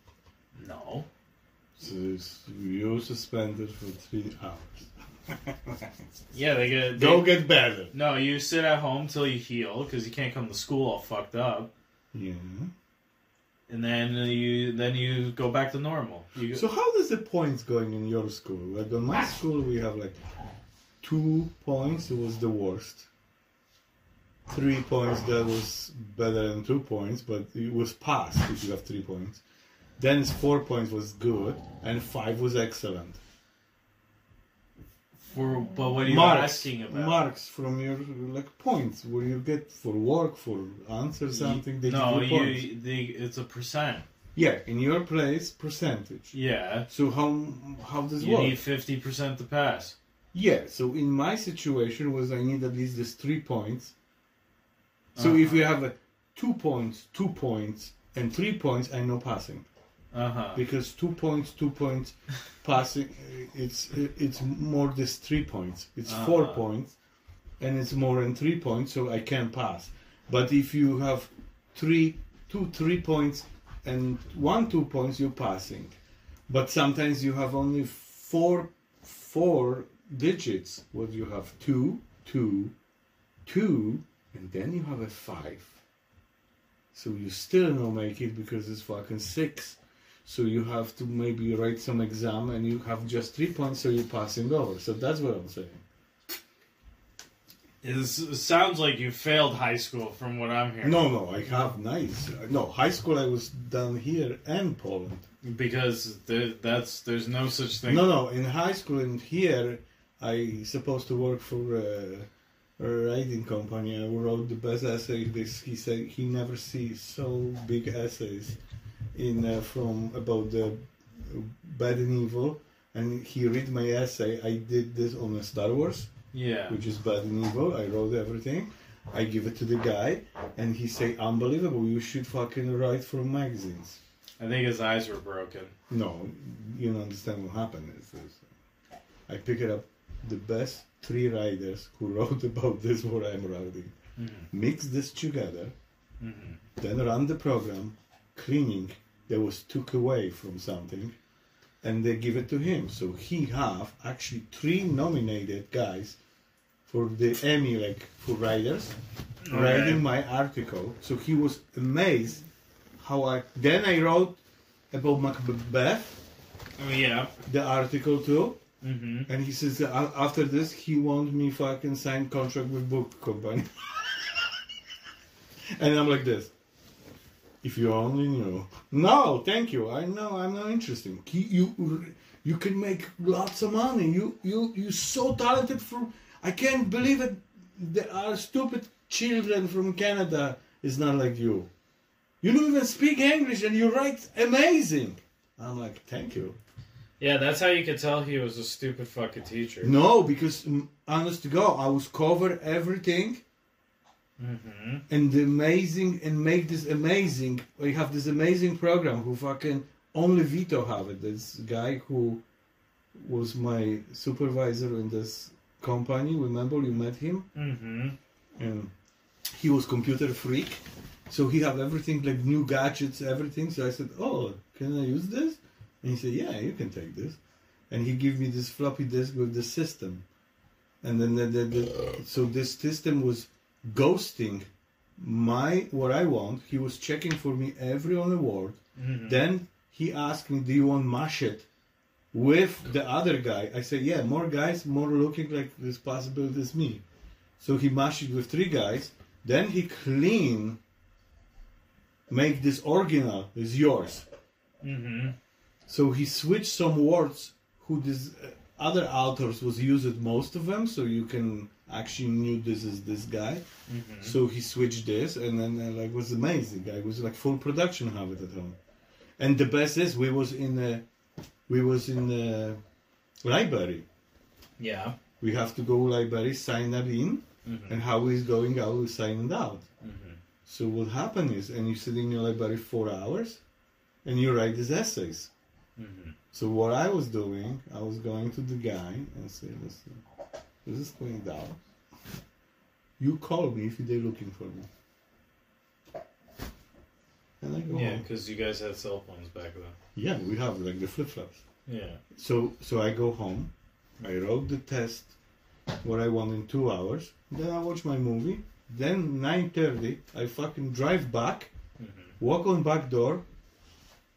Speaker 1: no.
Speaker 2: So it's- you're suspended for three hours.
Speaker 1: Yeah, they get. They,
Speaker 2: Go get better.
Speaker 1: No, you sit at home till you heal because you can't come to school all fucked up,
Speaker 2: Yeah.
Speaker 1: and then you then you go back to normal. You,
Speaker 2: So how does the points going in your school? Like on my school we have like two points it was the worst. Three points that was better than two points, but it was passed if you have three points. Then it's four points was good and five was excellent.
Speaker 1: for, but what are you asking about?
Speaker 2: marks from your like points where you get for work, for answer something, they
Speaker 1: no,
Speaker 2: give you points.
Speaker 1: you the, it's a percent.
Speaker 2: Yeah, in your place, percentage.
Speaker 1: Yeah,
Speaker 2: So how how does
Speaker 1: you
Speaker 2: work?
Speaker 1: need fifty percent to pass.
Speaker 2: Yeah. So in my situation was I need at least this three points. So
Speaker 1: Uh-huh.
Speaker 2: if you have like two points, two points, and three points, I know passing
Speaker 1: Uh huh.
Speaker 2: because two points, two points, passing. It's it's more this three points. It's four
Speaker 1: Uh-huh.
Speaker 2: points, and it's more than three points, so I can pass. But if you have three, two, three points, and one, two points, you're passing. But sometimes you have only four, four digits. What you have two, two, two, and then you have a five. So you still don't make it because it's fucking six. So you have to maybe write some exam and you have just three points, so you're passing over. So that's what I'm saying.
Speaker 1: Is sounds like you failed high school from what I'm hearing.
Speaker 2: No, no, I have nice. uh, No, high school I was down here and Poland.
Speaker 1: because there, that's there's no such thing.
Speaker 2: No, no, in high school and here I supposed to work for a, a writing company. I wrote the best essay. This he said he never sees so big essays in uh, from about the bad and evil. And he read my essay. I did this on the Star Wars.
Speaker 1: Yeah.
Speaker 2: which is bad and evil. I wrote everything. I give it to the guy, and he say, "Unbelievable! You should fucking write for magazines."
Speaker 1: I think his eyes were broken.
Speaker 2: No, you don't understand what happened. It's just- I pick it up the best three writers who *laughs* wrote about this what I'm writing,
Speaker 1: Mhm.
Speaker 2: mix this together,
Speaker 1: Mhm.
Speaker 2: then run the program, cleaning that was took away from something, and they give it to him. So he have actually three nominated guys for the Emmy, like for writers,
Speaker 1: Okay.
Speaker 2: writing my article. So he was amazed how I. Then I wrote about Macbeth,
Speaker 1: Oh, yeah.
Speaker 2: the article too.
Speaker 1: Mm-hmm.
Speaker 2: And he says that a- after this he want me fucking sign contract with book company. *laughs* and I'm like this. If you only knew. No, thank you. I know I'm not interested. Ki- You you can make lots of money. You you you so talented from I can't believe it. There are stupid children from Canada is not like you. You don't even speak English and you write amazing. I'm like, thank you.
Speaker 1: Yeah, that's how you could tell he was a stupid fucking teacher.
Speaker 2: No, because mm, honest to God, I was cover everything
Speaker 1: Mm-hmm.
Speaker 2: and the amazing and make this amazing. We have this amazing program who fucking only Vito have it. This guy who was my supervisor in this company. Remember you met him
Speaker 1: Mm-hmm.
Speaker 2: and he was computer freak. So he have everything like new gadgets, everything. So I said, "Oh, can I use this?" And he said, "Yeah, you can take this." And he gave me this floppy disk with the system, and then the, the, the, so this system was ghosting my what I want. He was checking for me every on the word.
Speaker 1: Mhm.
Speaker 2: Then he asked me, "Do you want mash it?" With the other guy, I said, "Yeah, more guys, more looking like this possible as me." So he mashed it with three guys. Then he clean, make this original is yours.
Speaker 1: Mm-hmm.
Speaker 2: So he switched some words who this uh, other authors was used most of them. So you can actually knew this is this guy.
Speaker 1: Mm-hmm.
Speaker 2: So he switched this, and then uh, like was amazing. I was like full production have it at home, and the best is we was in the we was in the library.
Speaker 1: Yeah.
Speaker 2: We have to go library sign that in,
Speaker 1: Mhm.
Speaker 2: and how is going out we sign it out.
Speaker 1: Mhm.
Speaker 2: So what happened is, and you sit in your library four hours, and you write these essays.
Speaker 1: Mhm.
Speaker 2: So what I was doing, I was going to the guy and say, listen, this is twenty dollars. You call me if they're looking for me. And I go,
Speaker 1: Yeah,
Speaker 2: yeah,
Speaker 1: because you guys had cell phones back then.
Speaker 2: yeah we have like the flip flops.
Speaker 1: Yeah.
Speaker 2: So so I go home, I wrote the test, what I want in two hours. Then I watch my movie. Then nine thirty, I fucking drive back,
Speaker 1: Mm-hmm.
Speaker 2: walk on back door,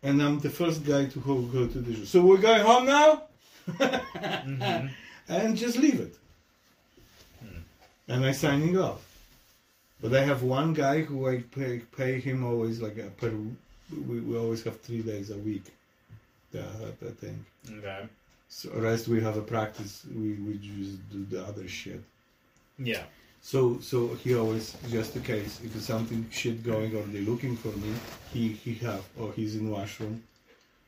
Speaker 2: and I'm the first guy to go, go to the show. So we're going home now.
Speaker 1: Mm-hmm.
Speaker 2: *laughs*
Speaker 1: Hmm.
Speaker 2: and just leave it. And I signing off. But I have one guy who I pay, pay him always like a per. We, we always have three days a week. That, that thing.
Speaker 1: Okay.
Speaker 2: So rest we have a practice. We we just do the other shit.
Speaker 1: Yeah.
Speaker 2: So so he always just in case if there's something shit going or they looking for me, he he have or he's in washroom.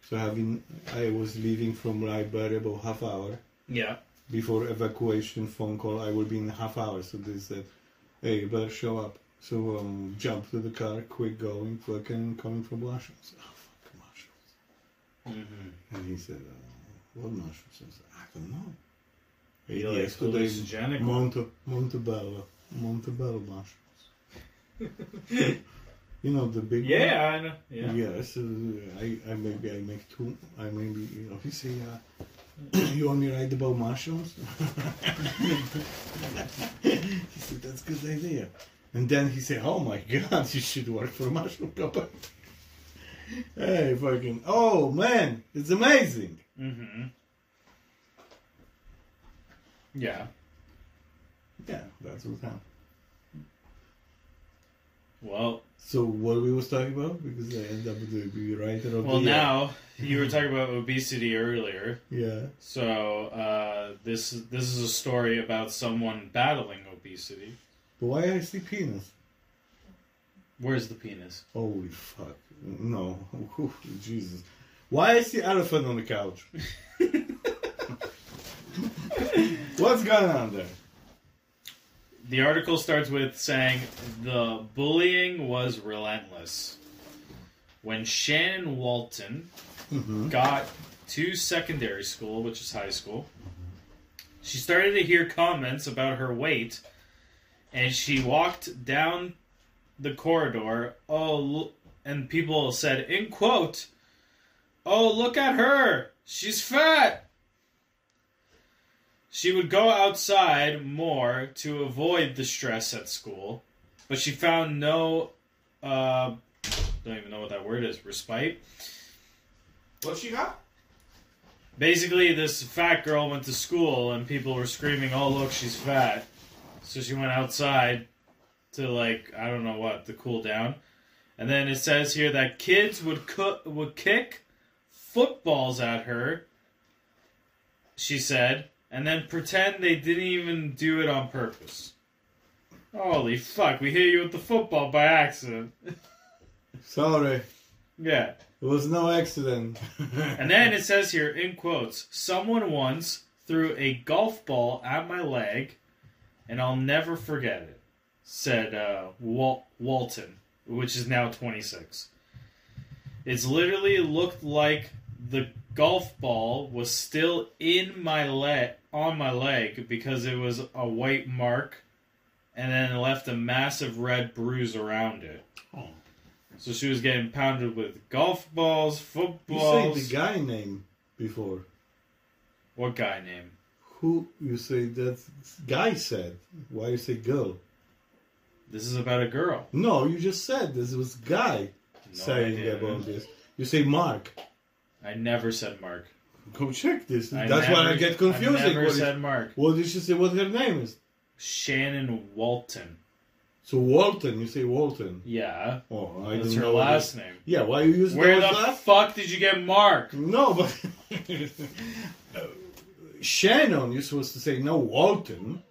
Speaker 2: So having I was leaving from library about half hour
Speaker 1: Yeah.
Speaker 2: before evacuation phone call. I will be in half hour. So they said, "Hey, you better show up." So um, jump to the car, quick going, fucking coming from mushrooms. Oh fuck, mushrooms!
Speaker 1: Mm-hmm.
Speaker 2: And he said, uh, "What mushrooms?" I said, "I don't know."
Speaker 1: He like
Speaker 2: Yesterday,
Speaker 1: hallucinogenic
Speaker 2: Monte Montebello, Montebello mushrooms.
Speaker 1: *laughs*
Speaker 2: you know the big one?
Speaker 1: Yeah, I know. Yeah.
Speaker 2: Yes, uh, I, I maybe I make two. I maybe you know. He say, uh, *clears throat* "You only write about mushrooms." *laughs* he said, "That's a good idea." And then he said, "Oh my *laughs* God, you should work for a mushroom company." *laughs* hey, fucking! Oh man, it's amazing.
Speaker 1: Mm-hmm. Yeah.
Speaker 2: Yeah, that That's what happened.
Speaker 1: Well,
Speaker 2: So what we was talking about because I end up with the writer of
Speaker 1: well,
Speaker 2: the year.
Speaker 1: now you were talking about obesity earlier.
Speaker 2: Yeah.
Speaker 1: So uh, this this is a story about someone battling obesity.
Speaker 2: But why I see penis?
Speaker 1: Where's the penis?
Speaker 2: Holy fuck! No, *laughs* Ooh, Jesus. Why is the elephant on the couch? *laughs* What's going on there?
Speaker 1: The article starts with saying the bullying was relentless. When Shannon Walton
Speaker 2: Mm-hmm.
Speaker 1: got to secondary school, which is high school, she started to hear comments about her weight, and she walked down the corridor. Oh, lo- and people said, in quote, "Oh, look at her! She's fat." She would go outside more to avoid the stress at school, but she found no. Uh, don't even know what that word is. Respite.
Speaker 3: What she got?
Speaker 1: Basically, this fat girl went to school and people were screaming, "Oh, look, she's fat!" So she went outside to like I don't know what to cool down. And then it says here that kids would cook would kick footballs at her. She said, and then pretend they didn't even do it on purpose. Holy fuck! We hit you with the football by accident.
Speaker 2: Sorry,
Speaker 1: Yeah.
Speaker 2: it was no accident.
Speaker 1: *laughs* And then it says here in quotes, someone once threw a golf ball at my leg, and I'll never forget it, said uh, Wal- Walton, which is now 26. It's literally looked like the golf ball was still in my leg on my leg because it was a white mark and then left a massive red bruise around it.
Speaker 2: Oh.
Speaker 1: So she was getting pounded with golf balls,
Speaker 2: you
Speaker 1: footballs.
Speaker 2: say the guy name before.
Speaker 1: What guy name?
Speaker 2: Who you say that guy said? Why you say girl?
Speaker 1: This is about a girl.
Speaker 2: No, you just said this was guy
Speaker 1: No,
Speaker 2: saying
Speaker 1: I, didn't.
Speaker 2: about this. You say Mark.
Speaker 1: I never said Mark.
Speaker 2: Go check this.
Speaker 1: I
Speaker 2: That's why I
Speaker 1: never-
Speaker 2: get confused.
Speaker 1: I never
Speaker 2: what,
Speaker 1: said Mark.
Speaker 2: is, what did she say? What her name is?
Speaker 1: Shannon Walton.
Speaker 2: So Walton. You say Walton.
Speaker 1: Yeah,
Speaker 2: Oh, I
Speaker 1: that's
Speaker 2: don't
Speaker 1: her
Speaker 2: know. what
Speaker 1: last
Speaker 2: it-
Speaker 1: name.
Speaker 2: Yeah, why you use
Speaker 1: Where
Speaker 2: those
Speaker 1: the
Speaker 2: last?
Speaker 1: fuck did you get Mark?
Speaker 2: No, but *laughs* Uh, Shannon. You're supposed to say no Walton.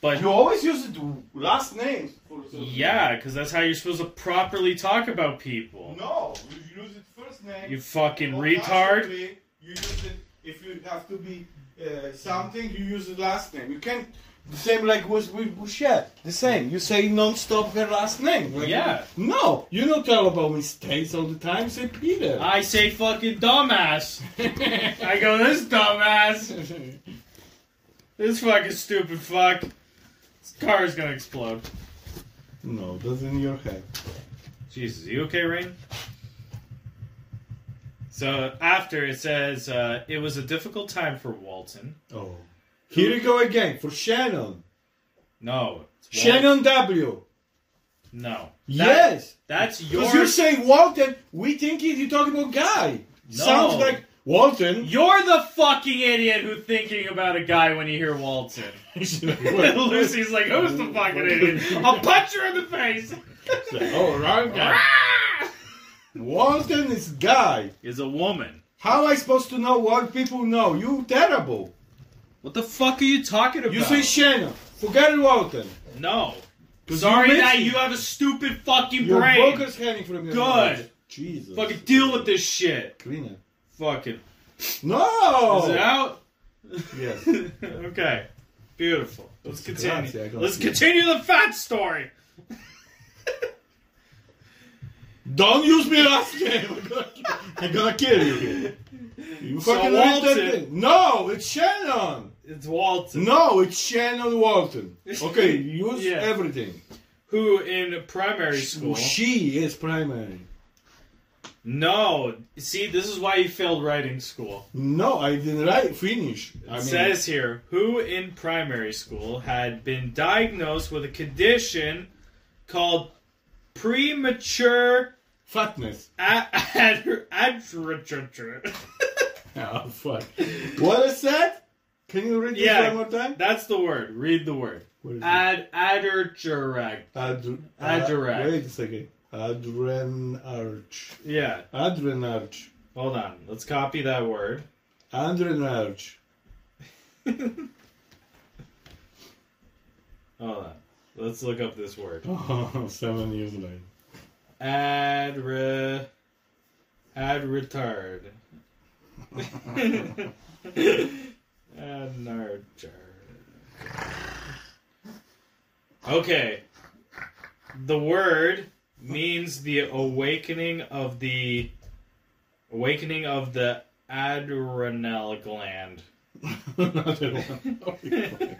Speaker 1: But
Speaker 2: You always use it last name. For
Speaker 1: yeah, because that's how you're supposed to properly talk about people.
Speaker 3: No, you use it first name.
Speaker 1: You fucking
Speaker 3: Or
Speaker 1: retard.
Speaker 3: possibly You use it if you have to be uh, something. You use the last name. You can't.
Speaker 2: The same like was with Bouchette. The same. You say non-stop her last name. Like-
Speaker 1: Yeah.
Speaker 2: No, you don't tell about mistakes all the time. Say Peter.
Speaker 1: I say fucking dumbass. I go this dumbass. This fucking stupid fuck. This car is gonna explode.
Speaker 2: no, that's in your head.
Speaker 1: Jesus, you okay, Rain? So after it says uh, it was a difficult time for Walton.
Speaker 2: Oh. Here you go again for Shannon.
Speaker 1: No, it's Wal-
Speaker 2: Shannon W.
Speaker 1: No, That-
Speaker 2: yes.
Speaker 1: that's your
Speaker 2: Because you're saying Walton, we think it- you're talking about guy.
Speaker 1: No.
Speaker 2: Sounds like
Speaker 1: *laughs*
Speaker 2: Walton.
Speaker 1: you're the fucking idiot who thinking about a guy when you hear *laughs* Walton. *laughs* Lucy's like, who's the fucking *laughs* idiot? I'll punch her in the face. *laughs*
Speaker 2: oh, wrong guy. Walton is guy.
Speaker 1: is a woman.
Speaker 2: How am I supposed to know what people know? You terrible.
Speaker 1: What the fuck are you talking about?
Speaker 2: You say Shannon. Forget Walton.
Speaker 1: no.
Speaker 2: 'Cause
Speaker 1: Sorry
Speaker 2: you missed
Speaker 1: that
Speaker 2: it.
Speaker 1: you have a stupid fucking
Speaker 2: Your
Speaker 1: brain.
Speaker 2: book is hanging from your
Speaker 1: Good.
Speaker 2: mouth. Jesus.
Speaker 1: Fucking deal with this shit.
Speaker 2: Cleaner.
Speaker 1: Fucking.
Speaker 2: No.
Speaker 1: Is it out?
Speaker 2: Oh. *laughs* Yes.
Speaker 1: *laughs* okay. Beautiful. Let's continue.
Speaker 2: Grazie, grazie.
Speaker 1: Let's continue the fat story.
Speaker 2: Don't use me last name. *laughs* I'm gonna- I'm gonna kill you. You
Speaker 1: So
Speaker 2: fucking read that
Speaker 1: Walton-
Speaker 2: thing. No, it's Shannon.
Speaker 1: It's Walton,
Speaker 2: No, it's Shannon Walton.
Speaker 1: *laughs*
Speaker 2: Okay, use
Speaker 1: Yeah.
Speaker 2: everything.
Speaker 1: who in primary school.
Speaker 2: She is primary.
Speaker 1: No, see, this is why you failed writing school.
Speaker 2: No, I didn't write finish. I
Speaker 1: It
Speaker 2: mean,
Speaker 1: says here, who in primary school had been diagnosed with a condition called premature
Speaker 2: *laughs* fatness.
Speaker 1: *laughs* ad- ad- ad- ad-
Speaker 2: Oh fuck. What is that? Can you read this
Speaker 1: Yeah.
Speaker 2: one more time?
Speaker 1: *laughs* That's the word. Read the word.
Speaker 2: What is it?
Speaker 1: Ad adderjag.
Speaker 2: Adr-
Speaker 1: Adirac.
Speaker 2: Wait a second. Adrenarch.
Speaker 1: Yeah.
Speaker 2: Adrenarch.
Speaker 1: Hold on. Let's copy that word. *laughs*
Speaker 2: Adrenarch.
Speaker 1: Hold on. Let's look up this word.
Speaker 2: *laughs* Oh, seven years later.
Speaker 1: Ad re, ad retard. *laughs*
Speaker 2: *laughs*
Speaker 1: ad nerd. Okay. The word means the awakening of the awakening of the adrenal gland.
Speaker 2: Another one.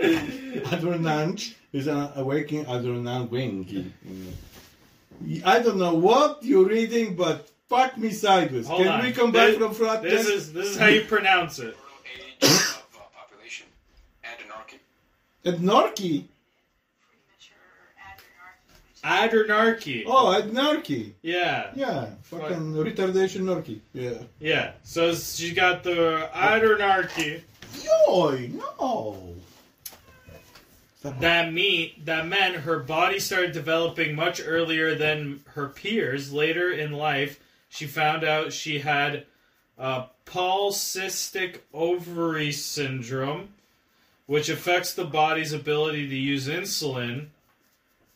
Speaker 2: Adrenarch is an awakening adrenal wing. I don't know what you're reading, but fuck me sideways.
Speaker 1: Hold
Speaker 2: Can
Speaker 1: on.
Speaker 2: we come
Speaker 1: This-
Speaker 2: back from frat?
Speaker 1: This
Speaker 2: test?
Speaker 1: is this is how you pronounce it.
Speaker 4: overall age of uh, population and anarchy.
Speaker 2: At Norky?
Speaker 1: Adrenarchy.
Speaker 2: Oh, at Norky.
Speaker 1: Yeah.
Speaker 2: Yeah, fucking retardation Norky. Yeah.
Speaker 1: Yeah, so she got the adrenarchy.
Speaker 2: Yoy, no.
Speaker 1: That me that meant her body started developing much earlier than her peers. Later in life, she found out she had uh, polycystic ovary syndrome, which affects the body's ability to use insulin,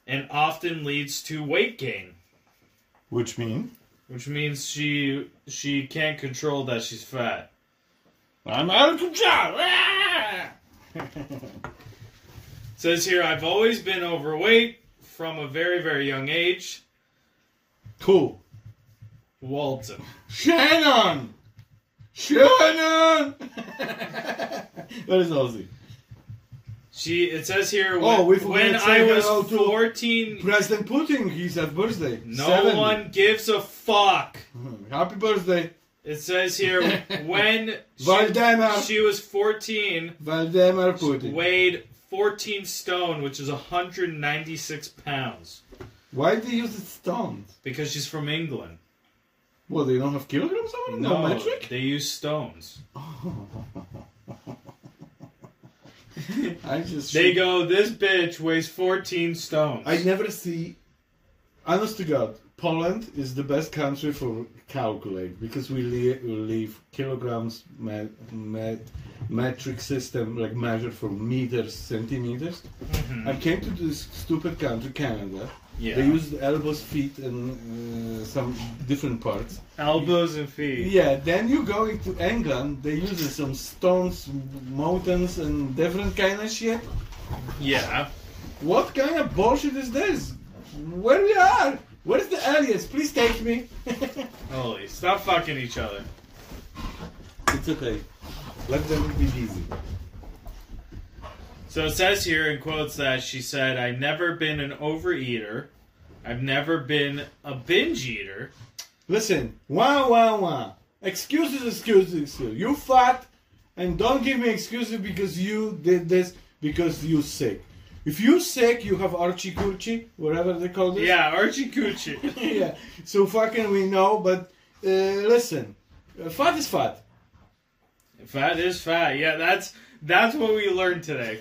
Speaker 1: and often leads to weight gain.
Speaker 2: Which means?
Speaker 1: Which means she she can't control that she's fat.
Speaker 2: I'm out of control! Ah!
Speaker 1: Says here, I've always been overweight from a very very young age.
Speaker 2: Cool.
Speaker 1: Walton.
Speaker 2: Shannon! Shannon! *laughs* Where is Ozzy?
Speaker 1: She it says here when,
Speaker 2: Oh, we forgot
Speaker 1: when
Speaker 2: to
Speaker 1: I
Speaker 2: say
Speaker 1: was
Speaker 2: hello to-
Speaker 1: 14
Speaker 2: President Putin, he's at birthday.
Speaker 1: no
Speaker 2: 70.
Speaker 1: one gives a fuck.
Speaker 2: Happy birthday,
Speaker 1: It says here
Speaker 2: *laughs*
Speaker 1: when she,
Speaker 2: Vladimir.
Speaker 1: she was 14
Speaker 2: Vladimir Putin.
Speaker 1: weighed 14 stone which is 196 pounds
Speaker 2: Why do you use it stone?
Speaker 1: because she's from England.
Speaker 2: Well, they don't have kilograms on it? No, metric?
Speaker 1: they use stones.
Speaker 2: I just.
Speaker 1: They go this bitch weighs 14 stones.
Speaker 2: I never see. Honest to God, Poland is the best country for calculate because we li- we leave kilograms me- me- metric system like measured for meters, centimeters. I came to this stupid country, Canada.
Speaker 1: Mm-hmm. yeah.
Speaker 2: They use elbows, feet, and uh, some different parts.
Speaker 1: elbows and feet.
Speaker 2: Yeah, then you go into England. They use some stones, mountains, and different kind of shit.
Speaker 1: Yeah.
Speaker 2: What kind of bullshit is this? Where we are? Where's the aliens? Please take me. *laughs* it's
Speaker 1: Holy, stop fucking each other.
Speaker 2: okay. Let them be busy.
Speaker 1: So it says here in quotes that she said, I've never been an overeater. I've never been a binge eater.
Speaker 2: Listen, wah wah wah. Excuses, excuses, excuses. You fat, and don't give me excuses because you did this because you sick. If you sick, you have archie kurchi, whatever they call this.
Speaker 1: Yeah, Archie Coochie. *laughs*
Speaker 2: *laughs* yeah. So fucking we know, but uh, listen, uh, fat is fat.
Speaker 1: fat is fat. Yeah, that's that's what we learned today. *laughs*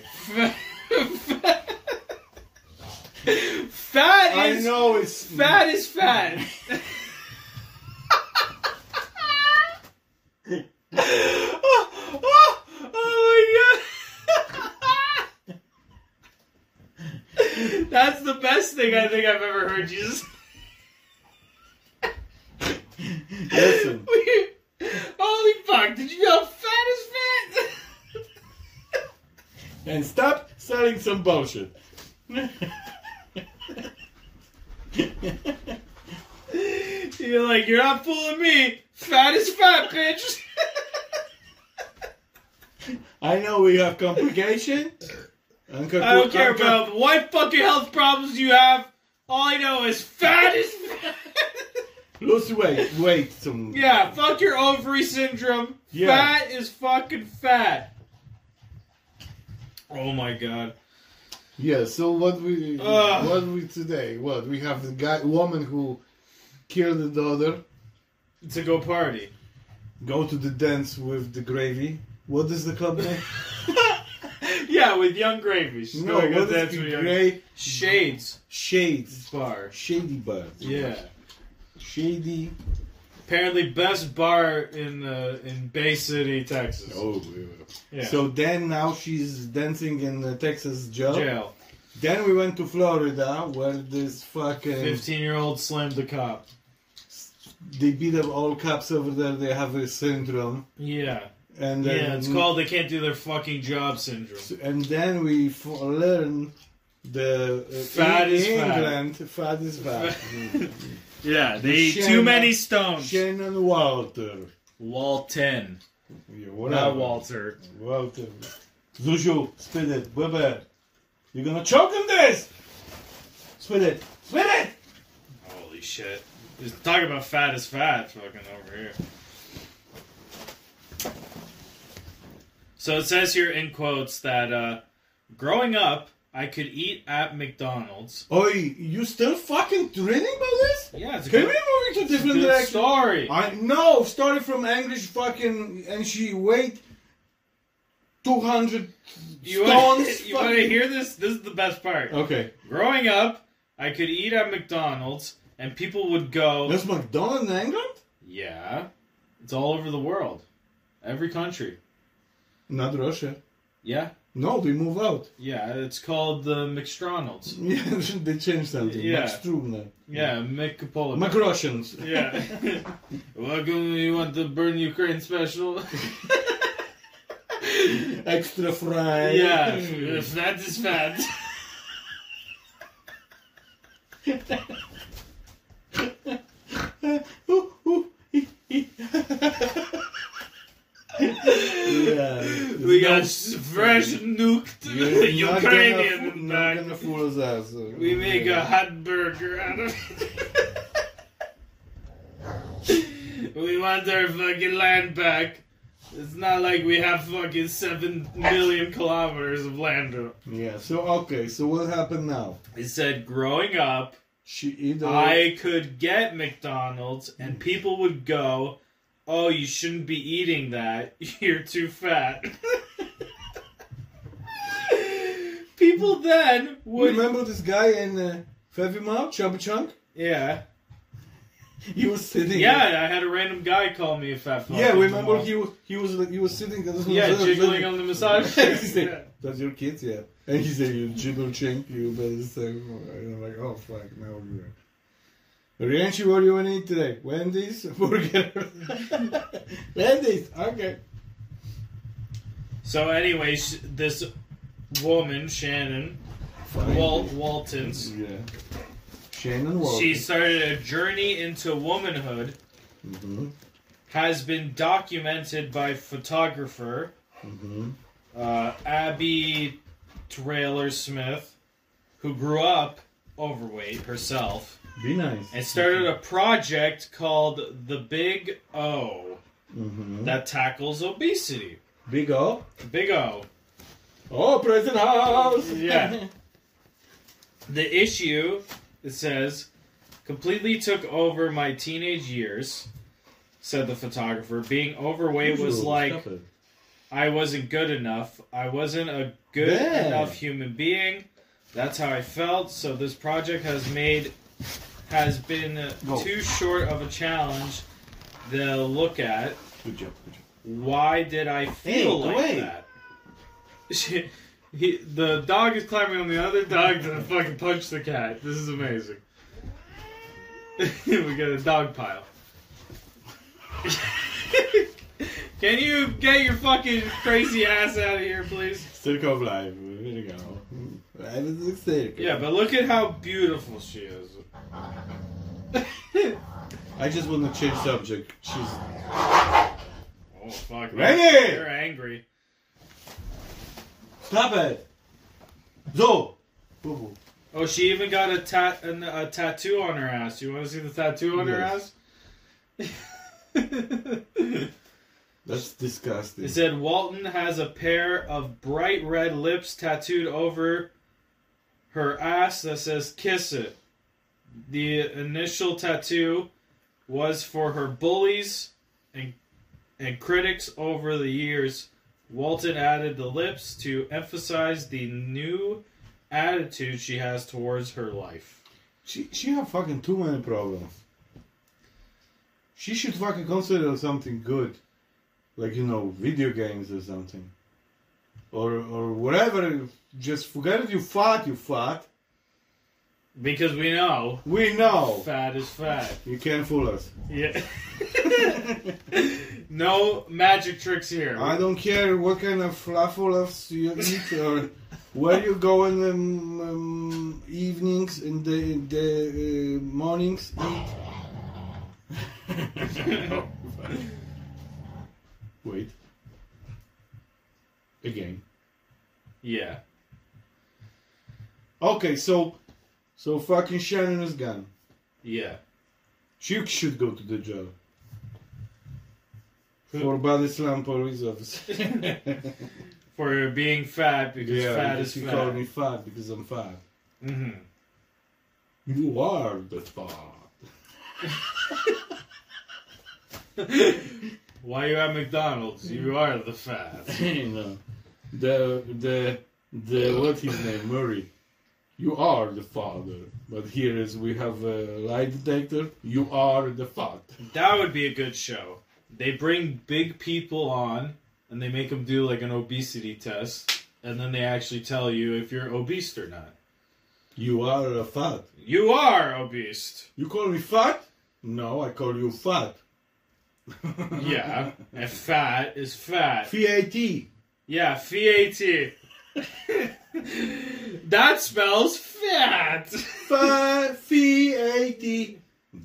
Speaker 1: fat
Speaker 2: I
Speaker 1: is
Speaker 2: know it's
Speaker 1: fat is fat. *laughs* oh, oh, oh my god. That's the best thing I think I've ever heard you say.
Speaker 2: *laughs* Listen.
Speaker 1: *laughs* We- Holy fuck, did you know fat is fat?
Speaker 2: and stop selling some bullshit. *laughs*
Speaker 1: *laughs* You're like, you're not fooling me. Fat is fat, bitch. *laughs*
Speaker 2: I know we have complication. Uncle
Speaker 1: I don't care
Speaker 2: Uncle-
Speaker 1: about what fucking health problems you have. All I know is fat is fat. *laughs*
Speaker 2: Lose weight, wait some.
Speaker 1: yeah, fuck your ovary syndrome.
Speaker 2: Yeah.
Speaker 1: Fat is fucking fat. Oh my god.
Speaker 2: Yeah. So what we
Speaker 1: Ugh.
Speaker 2: what we today? What we have the guy woman who killed the daughter,
Speaker 1: To go party.
Speaker 2: go to the dance with the gravy, What is the
Speaker 1: *laughs*
Speaker 2: club name?
Speaker 1: *laughs* yeah, with Young Gravy. She's
Speaker 2: no,
Speaker 1: going
Speaker 2: what
Speaker 1: out
Speaker 2: is
Speaker 1: dancing
Speaker 2: the
Speaker 1: with Young
Speaker 2: Grey
Speaker 1: Shades
Speaker 2: Shades
Speaker 1: Bar.
Speaker 2: Shady Bird?
Speaker 1: Yeah.
Speaker 2: Shady.
Speaker 1: Apparently, best bar in uh, in Bay City, Texas.
Speaker 2: Oh,
Speaker 1: yeah.
Speaker 2: so oh. then now she's dancing in the Texas jail.
Speaker 1: jail.
Speaker 2: Then we went to Florida where this fucking
Speaker 1: Fifteen year old slammed the cop.
Speaker 2: they beat up all cops over there. They have a syndrome,
Speaker 1: Yeah.
Speaker 2: and then
Speaker 1: Yeah, it's called they can't do their fucking job syndrome. *laughs*
Speaker 2: And then we f- learn the uh,
Speaker 1: Fat
Speaker 2: in
Speaker 1: is fat.
Speaker 2: England fat is
Speaker 1: *laughs*
Speaker 2: fat.
Speaker 1: Yeah, they
Speaker 2: eat
Speaker 1: eat
Speaker 2: too
Speaker 1: too
Speaker 2: Shannon- many
Speaker 1: many stones.
Speaker 2: Shannon Walter.
Speaker 1: Walton.
Speaker 2: Yeah,
Speaker 1: Not Walter.
Speaker 2: Walter. Zuzu, spit it, Bebe. You're gonna choke on this. Spit it, spit it.
Speaker 1: Holy shit. Just talk about fat as fat fucking over here. So it says here in quotes that uh, growing up, I could eat at McDonald's.
Speaker 2: Oi, you still fucking dreaming about this?
Speaker 1: Yeah, it's a
Speaker 2: Can we
Speaker 1: good,
Speaker 2: move it to
Speaker 1: it's a
Speaker 2: different
Speaker 1: good
Speaker 2: direction?
Speaker 1: story.
Speaker 2: I no started from English fucking and she weighed two hundred
Speaker 1: You wanna- *laughs*
Speaker 2: stones.
Speaker 1: you want to
Speaker 2: fucking-
Speaker 1: hear this? This is the best part.
Speaker 2: Okay,
Speaker 1: Growing up, I could eat at McDonald's, and people would go,
Speaker 2: that's McDonald's in England.
Speaker 1: Yeah. It's all over the world. Every country.
Speaker 2: Not Russia.
Speaker 1: Yeah.
Speaker 2: No, they move out. *laughs*
Speaker 1: Yeah. It's called the McStronalds.
Speaker 2: Yeah, they changed something.
Speaker 1: Yeah.
Speaker 2: That's true now.
Speaker 1: Yeah. McCapola.
Speaker 2: McRussians.
Speaker 1: *laughs* yeah. Welcome. You want the Burn Ukraine special?
Speaker 2: Extra
Speaker 1: *laughs*
Speaker 2: fry.
Speaker 1: yeah.
Speaker 2: *laughs*
Speaker 1: If that is *laughs* fat.
Speaker 2: Ooh, ooh, hee, hee. yeah.
Speaker 1: We
Speaker 2: No,
Speaker 1: got s- fresh nuked
Speaker 2: you're not gonna
Speaker 1: Ukrainian
Speaker 2: fool-
Speaker 1: in
Speaker 2: Not
Speaker 1: back.
Speaker 2: gonna fool us.
Speaker 1: We make a hot burger out of it. *laughs* we want our fucking land back. It's not like we have fucking seven million kilometers of land.
Speaker 2: Yeah. So okay. So what happened now?
Speaker 1: It said, growing up,
Speaker 2: She either
Speaker 1: I could get McDonald's,
Speaker 2: Hmm.
Speaker 1: and people would go, "Oh, you shouldn't be eating that. *laughs* You're too fat." *laughs* people then would,
Speaker 2: remember this guy in uh, Febby Mouth, Chubby Chunk.
Speaker 1: yeah.
Speaker 2: He was sitting.
Speaker 1: Yeah, I had a random guy call me a fat fuck.
Speaker 2: Yeah,
Speaker 1: at the
Speaker 2: remember
Speaker 1: mall.
Speaker 2: he was he was like, he was sitting. At the *laughs*
Speaker 1: Yeah, jiggling on the massage chair.
Speaker 2: He said,
Speaker 1: *laughs* Yeah.
Speaker 2: That's your kids, yeah. And he said, "You jiggle chink, you better say." And I'm like, "Oh fuck, now we're here." Rianchi, what do you want to eat today? Wendy's *laughs* burger. Wendy's, okay.
Speaker 1: So, anyway, sh- this woman, Shannon Wal- Waltons,
Speaker 2: Yeah. Shannon Walton.
Speaker 1: she started a journey into womanhood.
Speaker 2: Mm-hmm.
Speaker 1: Has been documented by photographer
Speaker 2: Mm-hmm.
Speaker 1: uh, Abby Trailer Smith, who grew up overweight herself,
Speaker 2: Be nice.
Speaker 1: and started a project called The Big O
Speaker 2: Mm-hmm.
Speaker 1: that tackles obesity.
Speaker 2: Big O.
Speaker 1: Big O.
Speaker 2: Oh, present house.
Speaker 1: Yeah. The issue, it says, completely took over my teenage years, said the photographer. Being overweight was like
Speaker 2: Stop it.
Speaker 1: I wasn't good enough. I wasn't a good
Speaker 2: Yeah.
Speaker 1: enough human being. That's how I felt. So this project has made has been uh,
Speaker 2: Go.
Speaker 1: too short of a challenge to look at.
Speaker 2: Good job. Good job.
Speaker 1: Why did I feel
Speaker 2: go
Speaker 1: like
Speaker 2: away.
Speaker 1: that? She, *laughs* he, the dog is climbing on the other dog to fucking punch the cat. This is amazing. *laughs* we got a dog pile. *laughs* Can you get your fucking crazy ass out of here, please?
Speaker 2: Circle of life. Here we go. Life is a circle.
Speaker 1: Yeah, but look at how beautiful she *laughs* is.
Speaker 2: I just want to change subject. She's
Speaker 1: Oh fuck!
Speaker 2: Ready?
Speaker 1: You're angry.
Speaker 2: stop it. So, boo boo.
Speaker 1: Oh, she even got a tat an, a tattoo on her ass. You want to see the tattoo on
Speaker 2: Yes.
Speaker 1: her ass?
Speaker 2: That's
Speaker 1: *laughs*
Speaker 2: disgusting.
Speaker 1: It said Walton has a pair of bright red lips tattooed over her ass that says "Kiss it." The initial tattoo was for her bullies and and critics over the years Walton added the lips to emphasize the new attitude she has towards her life.
Speaker 2: She she have fucking too many problems. She should fucking consider something good, like you know, video games or something, or or whatever. Just forget it. You fat, you fat.
Speaker 1: Because we know
Speaker 2: We know
Speaker 1: fat is fat.
Speaker 2: you can't fool us. *laughs*
Speaker 1: Yeah. no magic tricks here.
Speaker 2: I don't care what kind of fluffles you eat or where you go in the um, um, evenings, in the in the uh, mornings. Eat. *laughs* Wait. Again.
Speaker 1: yeah.
Speaker 2: Okay, so so fucking Shannon is gone.
Speaker 1: Yeah.
Speaker 2: She should go to the jail. For body slam police officer. *laughs*
Speaker 1: For being fat because
Speaker 2: yeah,
Speaker 1: fat
Speaker 2: because
Speaker 1: is
Speaker 2: he called
Speaker 1: fat.
Speaker 2: me fat because I'm fat.
Speaker 1: hmm
Speaker 2: You are the fat.
Speaker 1: *laughs* Why you at McDonald's?
Speaker 2: Mm.
Speaker 1: You are the fat.
Speaker 2: you know, the the the what's his name Murray. You are the father, but here is we have a lie detector. You are the fat.
Speaker 1: That would be a good show. They bring big people on and they make them do like an obesity test, and then they actually tell you if you're obese or not.
Speaker 2: You are a fat.
Speaker 1: You are obese.
Speaker 2: You call me fat? No, I call you fat. *laughs*
Speaker 1: Yeah, and fat is fat.
Speaker 2: Fat.
Speaker 1: Yeah, fat. that spells fat.
Speaker 2: Fat. Fat.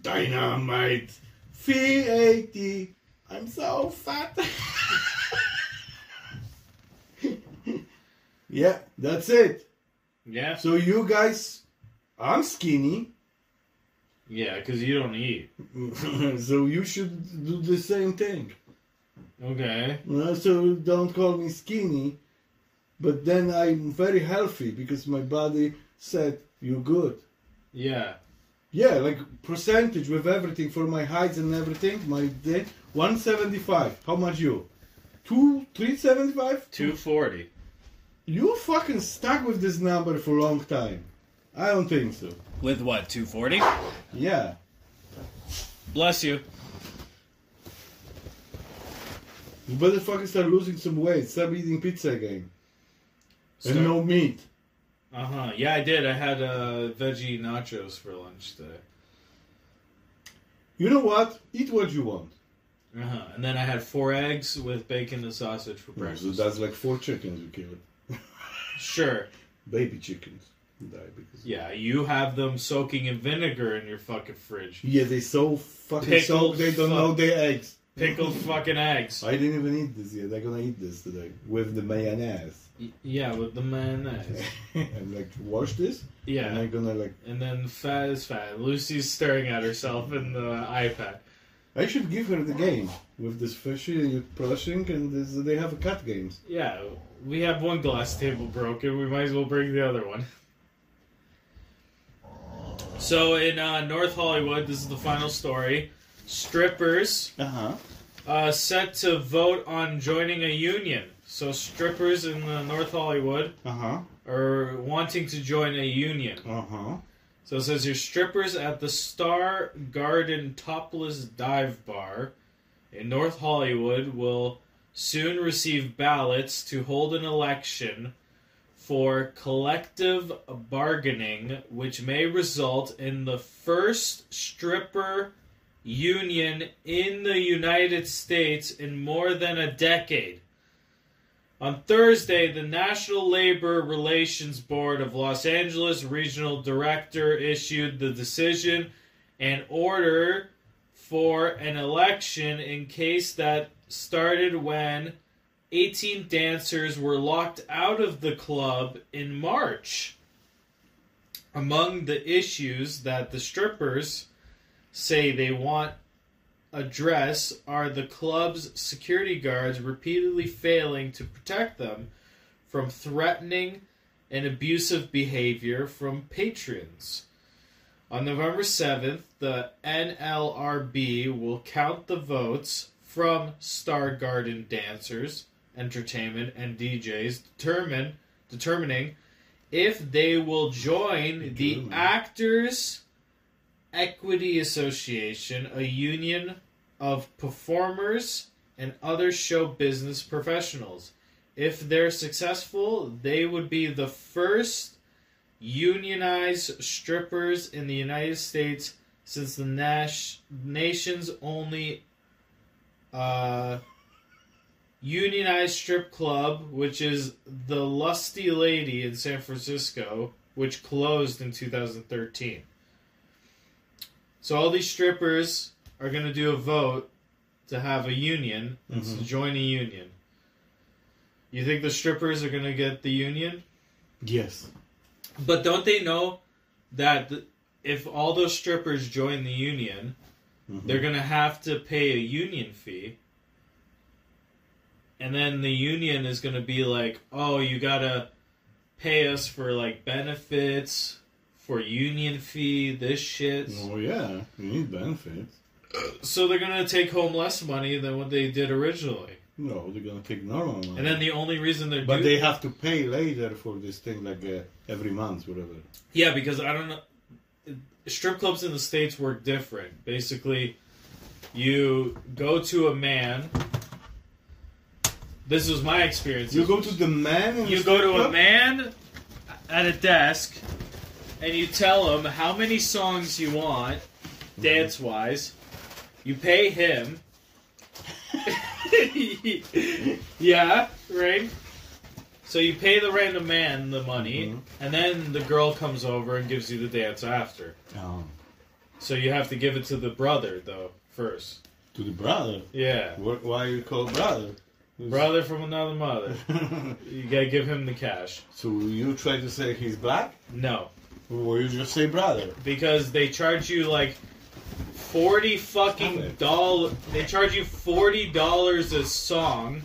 Speaker 2: Dynamite. Fat. I'm so fat. yeah, that's it.
Speaker 1: yeah,
Speaker 2: So you guys, I'm skinny,
Speaker 1: yeah, because you don't eat.
Speaker 2: so you should do the same thing.
Speaker 1: Okay.
Speaker 2: Uh, So don't call me skinny, but then I'm very healthy because my body said you're good.
Speaker 1: Yeah.
Speaker 2: Yeah, like percentage with everything for my heights and everything. My day, 175. How much you? Two, three seventy-five.
Speaker 1: 240.
Speaker 2: You fucking stuck with this number for a long time. I don't think so.
Speaker 5: With what, 240?
Speaker 2: Yeah.
Speaker 5: Bless you.
Speaker 2: You better fucking start losing some weight. Stop eating pizza again.
Speaker 1: Start-
Speaker 2: And no meat.
Speaker 1: Uh huh. Yeah, I did. I had uh, veggie nachos for lunch today.
Speaker 2: You know what? Eat what you want.
Speaker 1: Uh huh. And then I had four eggs with bacon and sausage for
Speaker 2: So
Speaker 1: breakfast.
Speaker 2: that's like four chickens you killed.
Speaker 1: sure.
Speaker 2: Baby chickens. Diabetes.
Speaker 1: Yeah, you have them soaking in vinegar in your fucking fridge.
Speaker 2: *laughs* Yeah, they so fucking
Speaker 1: Pickled
Speaker 2: soaked they don't
Speaker 1: fuck.
Speaker 2: know their eggs.
Speaker 1: Pickled fucking eggs.
Speaker 2: I didn't even eat this yet. I'm gonna eat this today with the mayonnaise.
Speaker 1: Y- yeah, with the mayonnaise.
Speaker 2: *laughs* I'm like, wash this, and
Speaker 1: Yeah.
Speaker 2: I'm gonna like.
Speaker 1: And then fat is fat. Lucy's staring at herself in the iPad.
Speaker 2: I should give her the game with this fishy and brushing, and this, they have a cat games.
Speaker 1: Yeah, we have one glass table broken. We might as well bring the other one. So in uh, North Hollywood, this is the final story. Strippers
Speaker 2: Uh huh.
Speaker 1: uh, set to vote on joining a union. So strippers in uh, North Hollywood
Speaker 2: Uh huh.
Speaker 1: are wanting to join a union.
Speaker 2: Uh huh.
Speaker 1: So it says here strippers at the Star Garden Topless Dive Bar in North Hollywood will soon receive ballots to hold an election for collective bargaining, which may result in the first stripper union in the United States in more than a decade. On Thursday, the National Labor Relations Board of Los Angeles Regional Director issued the decision and order for an election in case that started when 18 dancers were locked out of the club in March. Among the issues that the strippers say they want address are the club's security guards repeatedly failing to protect them from threatening and abusive behavior from patrons. On November 7th, the NLRB will count the votes from Star Garden dancers entertainment and DJs determine determining if they will join the
Speaker 2: Determine.
Speaker 1: Actors Equity Association, a union of performers and other show business professionals. If they're successful, they would be the first unionized strippers in the United States since the Nash nation's only uh, unionized strip club, which is the Lusty Lady in San Francisco, which closed in 2013. So all these strippers are going to do a vote to have a union, to
Speaker 2: Mhm.
Speaker 1: join a union. You think the strippers are going to get the union?
Speaker 2: Yes.
Speaker 1: But don't they know that th- if all those strippers join the union,
Speaker 2: Mhm.
Speaker 1: they're going to have to pay a union fee? And then the union is going to be like, oh, you got to pay us for like benefits, for union fee, this shit.
Speaker 2: Oh yeah, you need benefits.
Speaker 1: So they're going to take home less money than what they did originally.
Speaker 2: No, they're gonna take normal money.
Speaker 1: And then the only reason they're
Speaker 2: but
Speaker 1: do-
Speaker 2: they have to pay later for this thing, like uh, every month, whatever.
Speaker 1: Yeah, because I don't know. Strip clubs in the states work different. Basically, you go to a man. This was my experience.
Speaker 2: You go to the man. And
Speaker 1: You go to a man at a desk, and you tell him how many songs you want, dance wise. You pay him. *laughs* yeah, right. So you pay the random man the money,
Speaker 2: Mhm.
Speaker 1: and then the girl comes over and gives you the dance after.
Speaker 2: Oh,
Speaker 1: So you have to give it to the brother though first.
Speaker 2: to the brother.
Speaker 1: Yeah,
Speaker 2: Wh- Why you call brother?
Speaker 1: brother from another mother. You gotta give him the cash.
Speaker 2: *laughs* so you try to say he's black,
Speaker 1: No.
Speaker 2: or you just say brother?
Speaker 1: because they charge you like forty
Speaker 2: Stop
Speaker 1: fucking
Speaker 2: it.
Speaker 1: doll. They charge you forty dollars a song.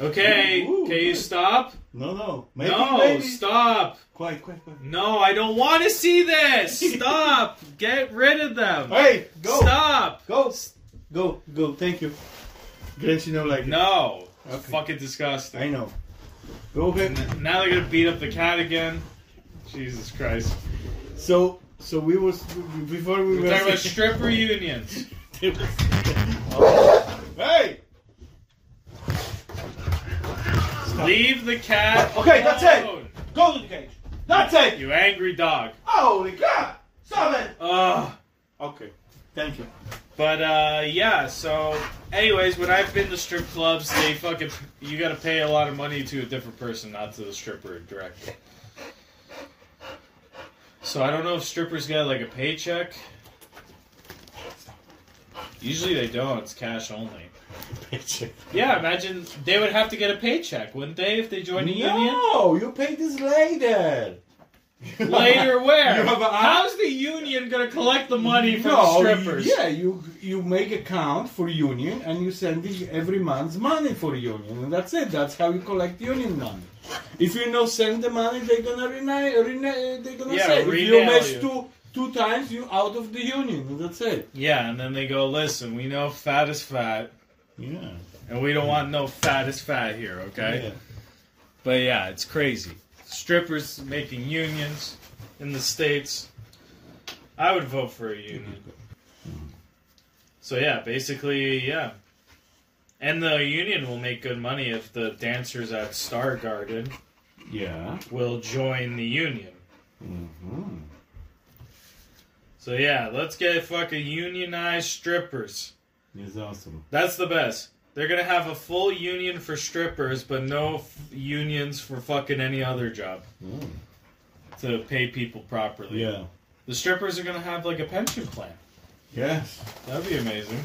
Speaker 1: Okay,
Speaker 2: Ooh,
Speaker 1: can you
Speaker 2: good.
Speaker 1: stop?
Speaker 2: No, no. Maybe,
Speaker 1: no,
Speaker 2: maybe.
Speaker 1: stop!
Speaker 2: Quiet, quiet, quiet.
Speaker 1: No, I don't want to see
Speaker 2: *laughs*
Speaker 1: this. Stop! Get rid of them.
Speaker 2: Hey, go,
Speaker 1: Stop!
Speaker 2: go, go, go. Thank you. Gretchen, no like it.
Speaker 1: No,
Speaker 2: Okay.
Speaker 1: fucking disgusting.
Speaker 2: I know. Go ahead.
Speaker 1: N- Now they're gonna beat up the cat again. Jesus Christ!
Speaker 2: So, so we was before we
Speaker 1: We're
Speaker 2: were
Speaker 1: talking about
Speaker 2: *laughs*
Speaker 1: stripper unions.
Speaker 2: Hey.
Speaker 1: Leave the cat.
Speaker 3: Okay, that's it.
Speaker 1: alone.
Speaker 3: Go to the cage. That's it.
Speaker 1: You angry dog.
Speaker 3: Holy God. Stop it.
Speaker 1: Ugh.
Speaker 2: Okay. Thank you.
Speaker 1: But uh, yeah, so anyways, when I've been to strip clubs, they fucking you gotta pay a lot of money to a different person, not to the stripper directly. So I don't know if strippers get like a paycheck. Usually they don't. It's cash only. Yeah, imagine they would have to get a paycheck, wouldn't they, if they joined a union?
Speaker 2: *laughs* No, you pay this later.
Speaker 1: Later, where?
Speaker 2: You have a-
Speaker 1: How's the union gonna collect the money from
Speaker 2: no,
Speaker 1: strippers?
Speaker 2: you- yeah, you you make account for union and you send it every month's money for union and that's it. That's how you collect union money. If you no send the money, they're gonna rena- rena- they're gonna
Speaker 1: Yeah,
Speaker 2: say if
Speaker 1: renail
Speaker 2: you miss
Speaker 1: you.
Speaker 2: two two times, you out of the union and that's it.
Speaker 1: Yeah, and then they go, listen, we know fat is fat.
Speaker 2: Yeah.
Speaker 1: And we don't want no fat as fat here, okay? But yeah, it's crazy. Strippers making unions in the States. I would vote for a union. So yeah, basically, yeah. And the union will make good money if the dancers at Star Garden
Speaker 2: Yeah.
Speaker 1: will join the union.
Speaker 2: hmm
Speaker 1: So yeah, let's get fucking unionized strippers.
Speaker 2: It's awesome.
Speaker 1: That's the best. They're gonna have a full union for strippers, but no f- unions for fucking any other job
Speaker 2: Mm.
Speaker 1: to pay people properly.
Speaker 2: Yeah.
Speaker 1: The strippers are gonna have like a pension plan.
Speaker 2: Yes.
Speaker 1: That'd be amazing.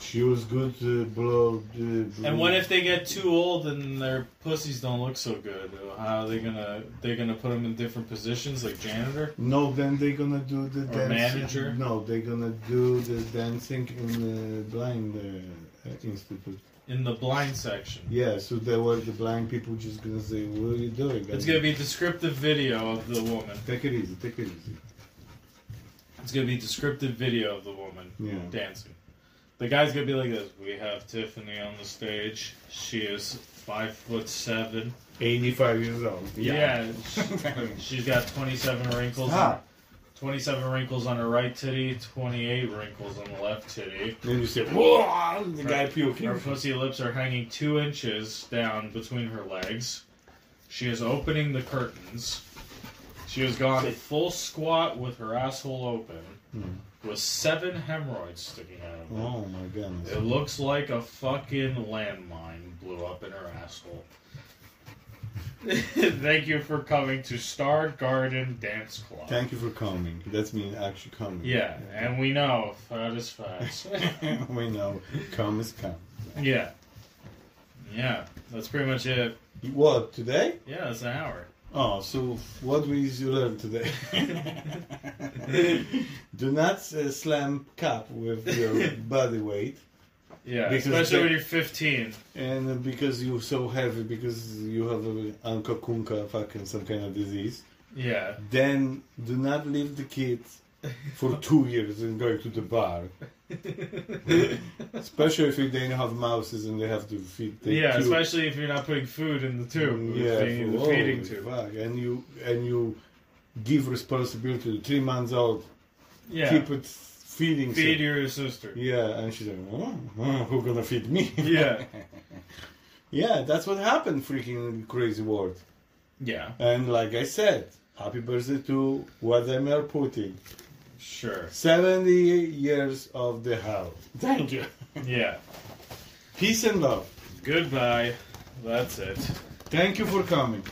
Speaker 2: She was good to blow the.
Speaker 1: And what if they get too old and their pussies don't look so good? How are they gonna? They're gonna put them in different positions, like janitor.
Speaker 2: No, then they're gonna do the
Speaker 1: Or
Speaker 2: dancing.
Speaker 1: manager?
Speaker 2: No, they're gonna do the dancing in the blind uh, institute.
Speaker 1: In the blind section.
Speaker 2: Yeah, so they were the blind people just gonna say, "What are you doing?"
Speaker 1: It's gonna be descriptive video of the woman.
Speaker 2: Take it easy. Take it easy.
Speaker 1: It's gonna be descriptive video of the woman
Speaker 2: Yeah.
Speaker 1: dancing. The guy's gonna be like this. We have Tiffany on the stage. She is five foot seven.
Speaker 2: 85 years old.
Speaker 1: Yeah,
Speaker 2: *laughs*
Speaker 1: she's got twenty seven wrinkles.
Speaker 2: ah,
Speaker 1: Twenty seven wrinkles on her right titty. Twenty eight wrinkles on the left titty.
Speaker 2: then you say, whoa, the guy
Speaker 1: Her
Speaker 2: puking.
Speaker 1: pussy lips are hanging two inches down between her legs. She is opening the curtains. She has gone full squat with her asshole open, with seven hemorrhoids sticking out of it.
Speaker 2: Oh my goodness.
Speaker 1: It looks like a fucking landmine blew up in her asshole. Thank you for coming to Star Garden Dance Club.
Speaker 2: Thank you for coming. That's me actually coming.
Speaker 1: yeah, and we know that is facts.
Speaker 2: *laughs* we know. Come is come.
Speaker 1: yeah. Yeah, that's pretty much it.
Speaker 2: What, today?
Speaker 1: Yeah, it's an hour.
Speaker 2: Oh, so what we you learn
Speaker 1: *laughs*
Speaker 2: today? Do not uh, slam cup with
Speaker 1: *laughs*
Speaker 2: your body weight,
Speaker 1: Yeah,
Speaker 2: Because
Speaker 1: especially
Speaker 2: they-
Speaker 1: when you're 15.
Speaker 2: and because you're so heavy, because you have a uncle kunka fucking some kind of disease. *laughs*
Speaker 1: Yeah,
Speaker 2: Then do not leave the kids
Speaker 1: *laughs*
Speaker 2: for two years and go to the bar. especially if they don't have mouses and they have to feed. the
Speaker 1: yeah,
Speaker 2: tube. Mm,
Speaker 1: especially if you're not putting food in the tube.
Speaker 2: yeah,
Speaker 1: if they need the
Speaker 2: for-
Speaker 1: feeding
Speaker 2: holy
Speaker 1: tube.
Speaker 2: fuck. and you and you give responsibility to three months old
Speaker 1: Yeah,
Speaker 2: keep it feeding.
Speaker 1: feed
Speaker 2: so-
Speaker 1: your sister.
Speaker 2: Yeah, and she's like, oh, oh, who gonna feed me?
Speaker 1: *laughs* Yeah,
Speaker 2: yeah, that's what happened, freaking crazy world.
Speaker 1: yeah,
Speaker 2: And like I said, happy birthday to Vladimir Putin.
Speaker 1: sure.
Speaker 2: 70 years of the hell. Thank you.
Speaker 1: Yeah.
Speaker 2: Peace and love.
Speaker 1: Goodbye. That's it.
Speaker 2: Thank you for coming.